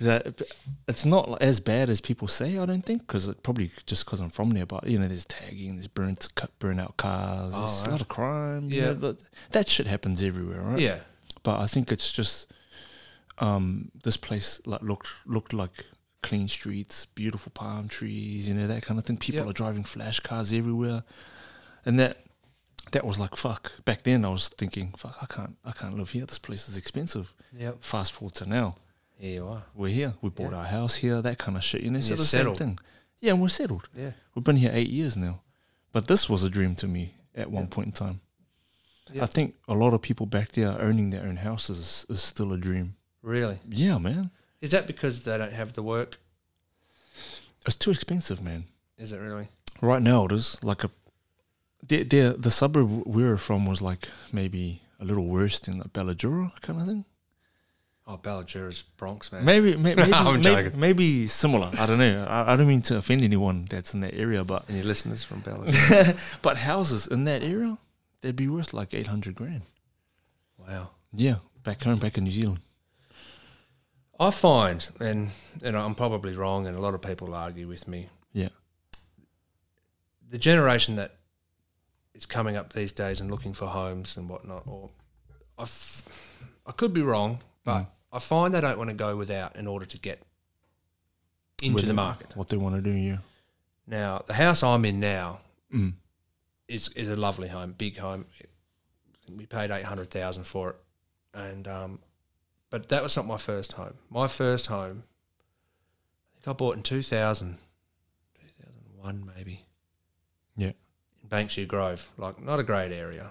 Speaker 1: that it's not as bad as people say. I don't think because it probably just because I'm from there. But you know, there's tagging, there's burnt, cut, burnt out cars,
Speaker 2: Oh,
Speaker 1: there's
Speaker 2: right.
Speaker 1: a lot of crime. you
Speaker 2: Yeah.
Speaker 1: know, that, that shit happens everywhere, right?
Speaker 2: Yeah.
Speaker 1: But I think it's just um, this place like looked looked like clean streets, beautiful palm trees, you know that kind of thing. People
Speaker 2: Yep.
Speaker 1: are driving flash cars everywhere, and that that was like fuck. Back then, I was thinking, fuck, I can't, I can't live here. This place is expensive.
Speaker 2: Yep.
Speaker 1: Fast forward to now,
Speaker 2: Here you are.
Speaker 1: we're here. We bought
Speaker 2: Yeah.
Speaker 1: our house here, that kind of shit. You know, so
Speaker 2: you're
Speaker 1: the
Speaker 2: settled.
Speaker 1: same thing. Yeah, and we're settled.
Speaker 2: Yeah.
Speaker 1: We've been here eight years now. But this was a dream to me at one
Speaker 2: Yeah.
Speaker 1: point in time.
Speaker 2: Yeah.
Speaker 1: I think a lot of people back there owning their own houses is, is still a dream.
Speaker 2: Really?
Speaker 1: Yeah, man.
Speaker 2: Is that because they don't have the work?
Speaker 1: It's too expensive, man.
Speaker 2: Is it really?
Speaker 1: Right now it is like a the the the suburb we were from was like maybe a little worse than the Ballajura kind of thing.
Speaker 2: Oh, Balladura's Bronx, man.
Speaker 1: Maybe may, maybe,
Speaker 2: I'm
Speaker 1: may-
Speaker 2: joking.
Speaker 1: maybe similar. I don't know. I, I don't mean to offend anyone that's in that area, but
Speaker 2: And your listeners from Balladura.
Speaker 1: But houses in that area, they'd be worth like eight hundred grand.
Speaker 2: wow.
Speaker 1: Yeah, back home, back in New Zealand.
Speaker 2: I find, and and I'm probably wrong, and a lot of people argue with me.
Speaker 1: Yeah,
Speaker 2: The generation that is coming up these days and looking for homes and whatnot, or I, f- I could be wrong, but I find they don't want to go without in order to get into
Speaker 1: With
Speaker 2: the market.
Speaker 1: What they want to do, yeah.
Speaker 2: Now, the house I'm in now,
Speaker 1: Mm.
Speaker 2: is is a lovely home, big home. We paid eight hundred thousand for it, and um, but that was not my first home. My first home, I think I bought in 2000, 2001 maybe
Speaker 1: Yeah.
Speaker 2: in Bankshire Grove, like not a great area.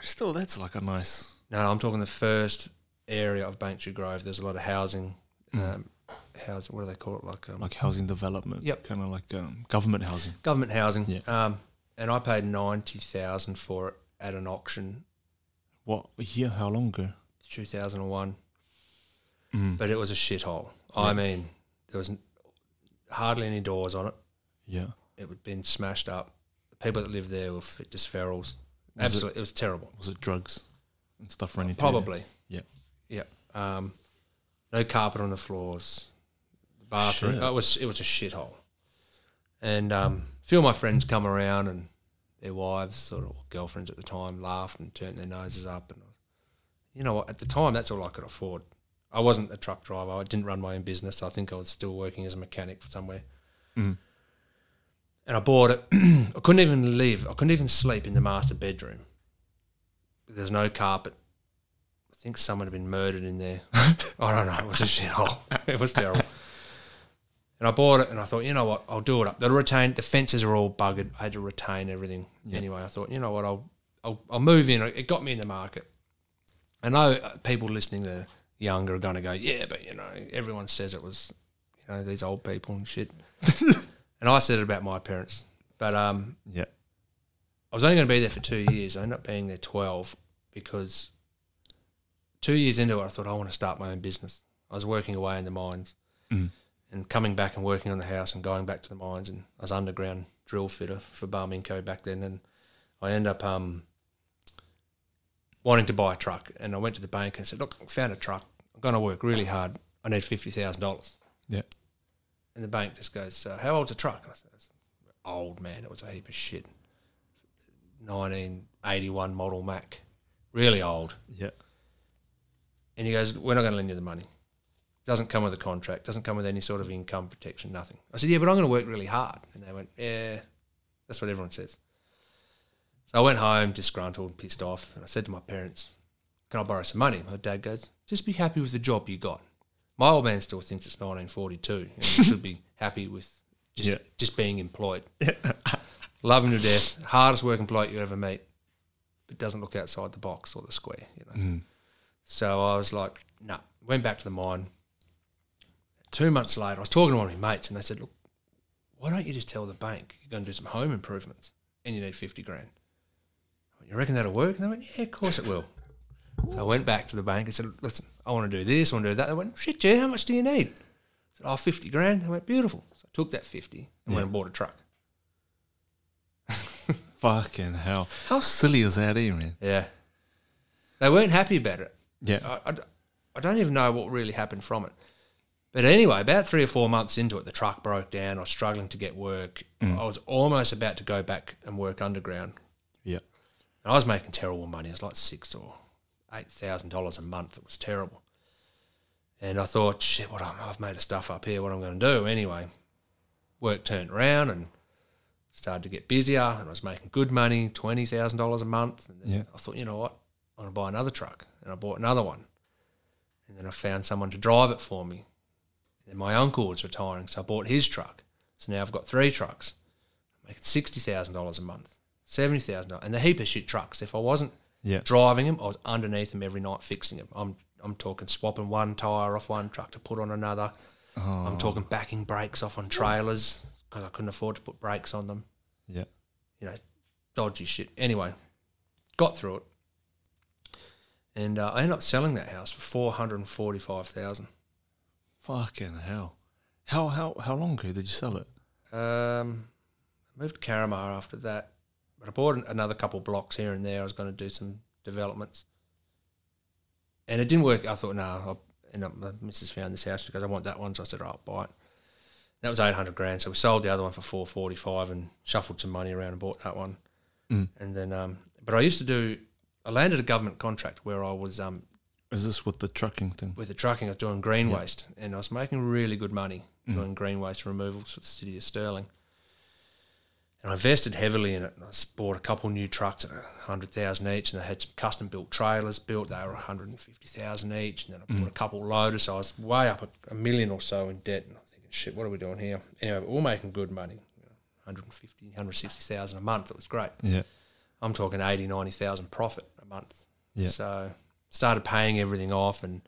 Speaker 1: Still, that's like a nice.
Speaker 2: No, I'm talking the first area of Bankshire Grove. There's a lot of housing, um, housing. What do they call it? Like um,
Speaker 1: Hmm. Like housing development.
Speaker 2: Yep.
Speaker 1: Kind of like um, government housing.
Speaker 2: government housing.
Speaker 1: Yeah.
Speaker 2: Um, and I paid ninety thousand for it at an auction,
Speaker 1: What, here, how long ago?
Speaker 2: 2001.
Speaker 1: Mm.
Speaker 2: but it was a shithole. I
Speaker 1: Yeah.
Speaker 2: mean, there was n- hardly any doors on it.
Speaker 1: Yeah.
Speaker 2: It had been smashed up. The people that lived there were f- just ferals.
Speaker 1: Was it-
Speaker 2: Absolutely, it, was terrible.
Speaker 1: Was it drugs and stuff running through there?
Speaker 2: Probably.
Speaker 1: Yeah.
Speaker 2: Yeah. Um, no carpet on the floors. The bathroom.
Speaker 1: Shit.
Speaker 2: It was it was a shithole. And um, a few of my friends come around and their wives, sort of or girlfriends at the time, laughed and turned their noses up. And you know what? At the time, that's all I could afford. I wasn't a truck driver. I didn't run my own business. I think I was still working as a mechanic somewhere.
Speaker 1: Mm.
Speaker 2: And I bought it. I couldn't even live. I couldn't even sleep in the master bedroom There's no carpet. I think someone had been murdered in there. I don't know. Oh, It was a shithole. It was terrible. And I bought it, and I thought, you know what, I'll do it up. The retain the fences are all buggered. I had to retain everything anyway. I thought, you know what, I'll I'll, I'll move in. It got me in the market. I know uh, people listening that are younger are going to go, yeah, but you know, everyone says it was, you know, these old people and shit. and I said it about my parents, but um,
Speaker 1: Yeah.
Speaker 2: I was only going to be there for two years. I ended up being there 12 because two years into it, I thought, I want to start my own business. I was working away in the mines
Speaker 1: Mm.
Speaker 2: and coming back and working on the house and going back to the mines. And I was underground drill fitter for Barminco back then. And I ended up um, wanting to buy a truck. And I went to the bank and said, Look, I found a truck. I'm going to work really hard. I need $50,000.
Speaker 1: Yeah.
Speaker 2: And the bank just goes, uh, How old's a truck? And I said, It's old, man. It was a heap of shit. 1981 model Mac. Really old.
Speaker 1: Yeah.
Speaker 2: And he goes, We're not going to lend you the money. Doesn't come with a contract, doesn't come with any sort of income protection, nothing. I said, Yeah, but I'm going to work really hard. And they went, Yeah, that's what everyone says. So I went home, disgruntled, pissed off. And I said to my parents, Can I borrow some money? My dad goes, Just be happy with the job you got. My old man still thinks it's 1942 and you should be happy with just,
Speaker 1: Yeah.
Speaker 2: just being employed. Love him to death. Hardest working bloke you ever meet, but doesn't look outside the box or the square. You know. So I was like, no. Went back to the mine. Two months later, I was talking to one of my mates, and they said, look, why don't you just tell the bank you're going to do some home improvements and you need fifty grand? I went, You reckon that'll work? And they went, yeah, of course it will. so I went back to the bank and said, listen, I want to do this, I want to do that. They went, shit, yeah, how much do you need? I said, oh, 50 grand. They went, beautiful. So I took that 50 and went and bought a truck.
Speaker 1: Fucking hell. How silly is that, eh, man?
Speaker 2: Yeah. They weren't happy about it.
Speaker 1: Yeah.
Speaker 2: I, I d- I don't even know what really happened from it. But anyway, about three or four months into it, the truck broke down. I was struggling to get work. I was almost about to go back and work underground.
Speaker 1: yeah.
Speaker 2: And I was making terrible money. It was like six or eight thousand dollars a month. It was terrible. And I thought, shit, what I'm, I've made a stuff up here. What I'm going to do anyway? Work turned around and started to get busier. And I was making good money, twenty thousand dollars a month. And then
Speaker 1: Yeah.
Speaker 2: I thought, you know what? I'm going to buy another truck. And I bought another one. And then I found someone to drive it for me. And my uncle was retiring, so I bought his truck. So now I've got three trucks making sixty thousand dollars a month, seventy thousand dollars, and the heap of shit trucks. If I wasn't
Speaker 1: Yeah.
Speaker 2: driving them, I was underneath them every night fixing them. I'm I'm talking swapping one tire off one truck to put on another.
Speaker 1: Oh,
Speaker 2: I'm talking backing brakes off on trailers because I couldn't afford to put brakes on them.
Speaker 1: Yeah.
Speaker 2: You know, dodgy shit. Anyway, got through it, and uh, I ended up selling that house for four hundred and forty-five thousand.
Speaker 1: Fucking hell. How how how long ago did you sell it?
Speaker 2: Um, I moved to Caramar after that, but I bought an- another couple blocks here and there. I was going to do some developments, and it didn't work. I thought, no, I'll end up. My missus found this house because I want that one, so I said, "All right, buy it." That was eight hundred grand, so we sold the other one for four forty five and shuffled some money around and bought that one.
Speaker 1: Mm.
Speaker 2: And then, um, but I used to do. I landed a government contract where I was um,
Speaker 1: Is this with the trucking thing?
Speaker 2: with the trucking, I was doing green waste, and I was making really good money
Speaker 1: Mhm.
Speaker 2: doing green waste removals for the city of Sterling. And I invested heavily in it. I s- bought a couple new trucks at hundred thousand each, and I had some custom built trailers built. They were one hundred and fifty thousand each, and then I bought a couple loaders. So I was way up a, a million or so in debt, and I'm thinking, shit, what are we doing here? Anyway, we're all making good money. you know, 150, 160,000 a month. It was great.
Speaker 1: Yeah.
Speaker 2: I'm talking 80, 90,000 profit a month.
Speaker 1: Yeah.
Speaker 2: So started paying everything off and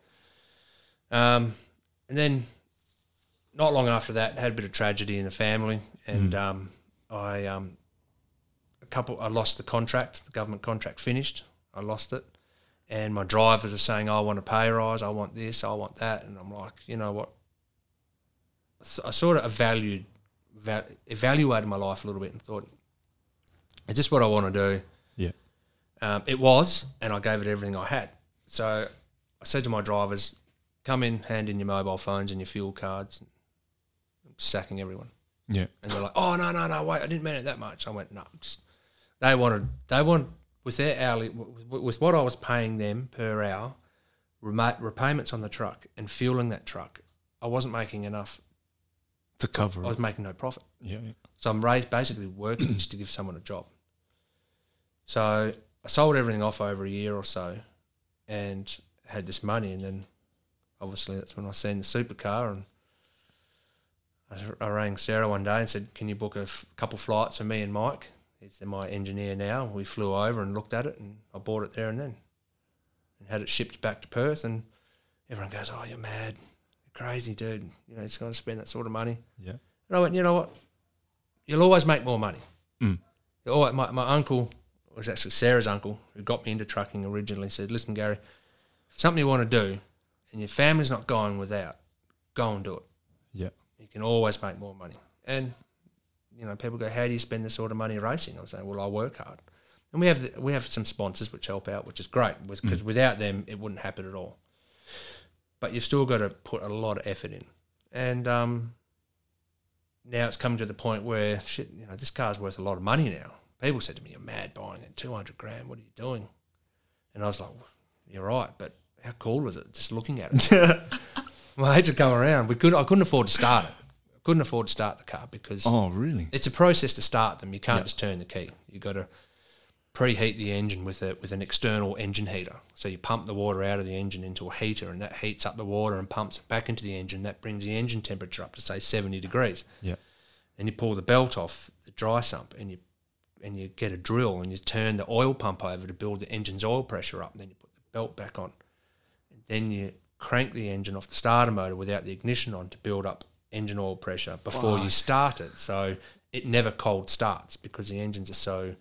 Speaker 2: um and then not long after that had a bit of tragedy in the family and um I um a couple I lost the contract, the government contract finished. I lost it. And my drivers are saying, I want a pay rise, I want this, I want that and I'm like, you know what? S- I sort of valued val- evaluated my life a little bit and thought, is this what I want to do?
Speaker 1: Yeah.
Speaker 2: Um, it was, and I gave it everything I had. So I said to my drivers, come in, hand in your mobile phones and your fuel cards, I'm sacking everyone.
Speaker 1: Yeah.
Speaker 2: And they're like, oh, no, no, no, wait, I didn't mean it that much. I went, no, just, they wanted, they want, with their hourly, w- w- with what I was paying them per hour, rema repayments on the truck and fueling that truck, I wasn't making enough.
Speaker 1: To cover
Speaker 2: I
Speaker 1: it.
Speaker 2: was making no profit.
Speaker 1: Yeah. yeah.
Speaker 2: So I'm raised basically working just to give someone a job. So I sold everything off over a year or so, and had this money, and then obviously that's when I seen the supercar, and I, I rang Sarah one day and said, "Can you book a f- couple flights for me and Mike? He's my engineer now." We flew over and looked at it, and I bought it there and then, and had it shipped back to Perth, and everyone goes, "Oh, you're mad, you're crazy, dude! You know, he's going to spend that sort of money."
Speaker 1: Yeah.
Speaker 2: And I went, you know what? You'll always make more money.
Speaker 1: Mm.
Speaker 2: You'll always- my, my uncle, it was actually Sarah's uncle, who got me into trucking originally, said, listen, Gary, if something you want to do and your family's not going without, go and do it.
Speaker 1: Yeah.
Speaker 2: You can always make more money. And, you know, people go, how do you spend this sort of money racing? I was saying, well, I work hard. And we have the, we have some sponsors which help out, which is great because without them, it wouldn't happen at all. But you've still got to put a lot of effort in. And um, now it's come to the point where shit, you know, this car's worth a lot of money now. People said to me, "You're mad buying it, two hundred grand. What are you doing?" And I was like, well, "You're right, but how cool is it? Just looking at it." My heads had come around. We could, I couldn't afford to start it. I couldn't afford to start the car because
Speaker 1: Oh, really?
Speaker 2: it's a process to start them. You can't just turn the key. You got to preheat the engine with a with an external engine heater. So you pump the water out of the engine into a heater, and that heats up the water and pumps it back into the engine. That brings the engine temperature up to say seventy degrees
Speaker 1: Yeah.
Speaker 2: and you pull the belt off the dry sump and you and you get a drill and you turn the oil pump over to build the engine's oil pressure up and then you put the belt back on and then you crank the engine off the starter motor without the ignition on to build up engine oil pressure before you start it so it never cold starts because the engines are so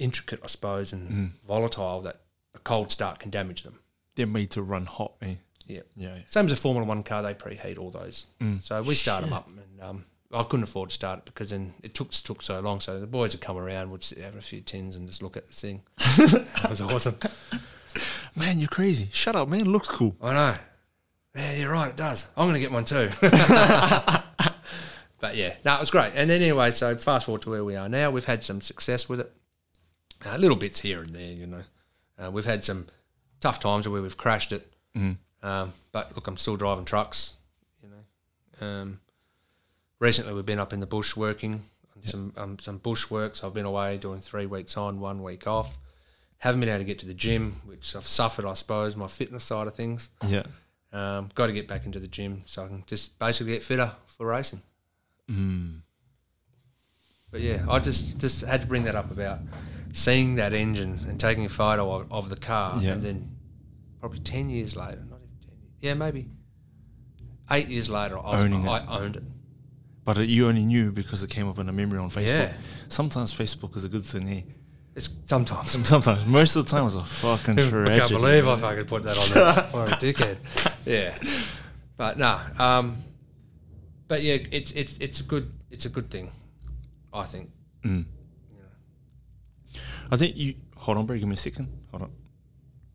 Speaker 2: intricate i suppose and volatile that a cold start can damage them
Speaker 1: They're made to run hot, eh?
Speaker 2: yeah
Speaker 1: Yeah. yeah.
Speaker 2: same as a Formula One car, they preheat all those. So we start them up, and um, I couldn't afford to start it because then it took took so long. So the boys would come around, would sit down a few tins and just look at the thing. that was awesome.
Speaker 1: Man, you're crazy. Shut up, man. Looks cool.
Speaker 2: I know. Yeah, you're right. It does. I'm going to get one too. but yeah, no, it was great. And then anyway, so fast forward to where we are now. We've had some success with it. Uh, little bits here and there, you know. Uh, we've had some tough times where we've crashed it. Um, but look, I'm still driving trucks. You know. Um, recently, we've been up in the bush working on some um, some bush work. So I've been away doing three weeks on, one week off. Haven't been able to get to the gym, which I've suffered, I suppose, my fitness side of things.
Speaker 1: Yeah.
Speaker 2: Um, got to get back into the gym so I can just basically get fitter for racing. Mm.
Speaker 1: Hmm.
Speaker 2: But yeah, I just just had to bring that up about seeing that engine and taking a photo of, of the car,
Speaker 1: Yeah.
Speaker 2: and then probably ten years later, not even ten, yeah, maybe eight years later, I, was,
Speaker 1: Owning it.
Speaker 2: I owned it.
Speaker 1: But uh, you only knew because it came up in a memory on Facebook.
Speaker 2: Yeah.
Speaker 1: Sometimes Facebook is a good thing, eh?
Speaker 2: It's sometimes
Speaker 1: Sometimes. Most of the time, it's a fucking tragedy.
Speaker 2: I can't believe I fucking put that on there. Or a dickhead. Yeah. But no. Um, but yeah, it's it's it's a good it's a good thing, I think.
Speaker 1: Mm. I think you. Hold on, bro. Give me a second. Hold on.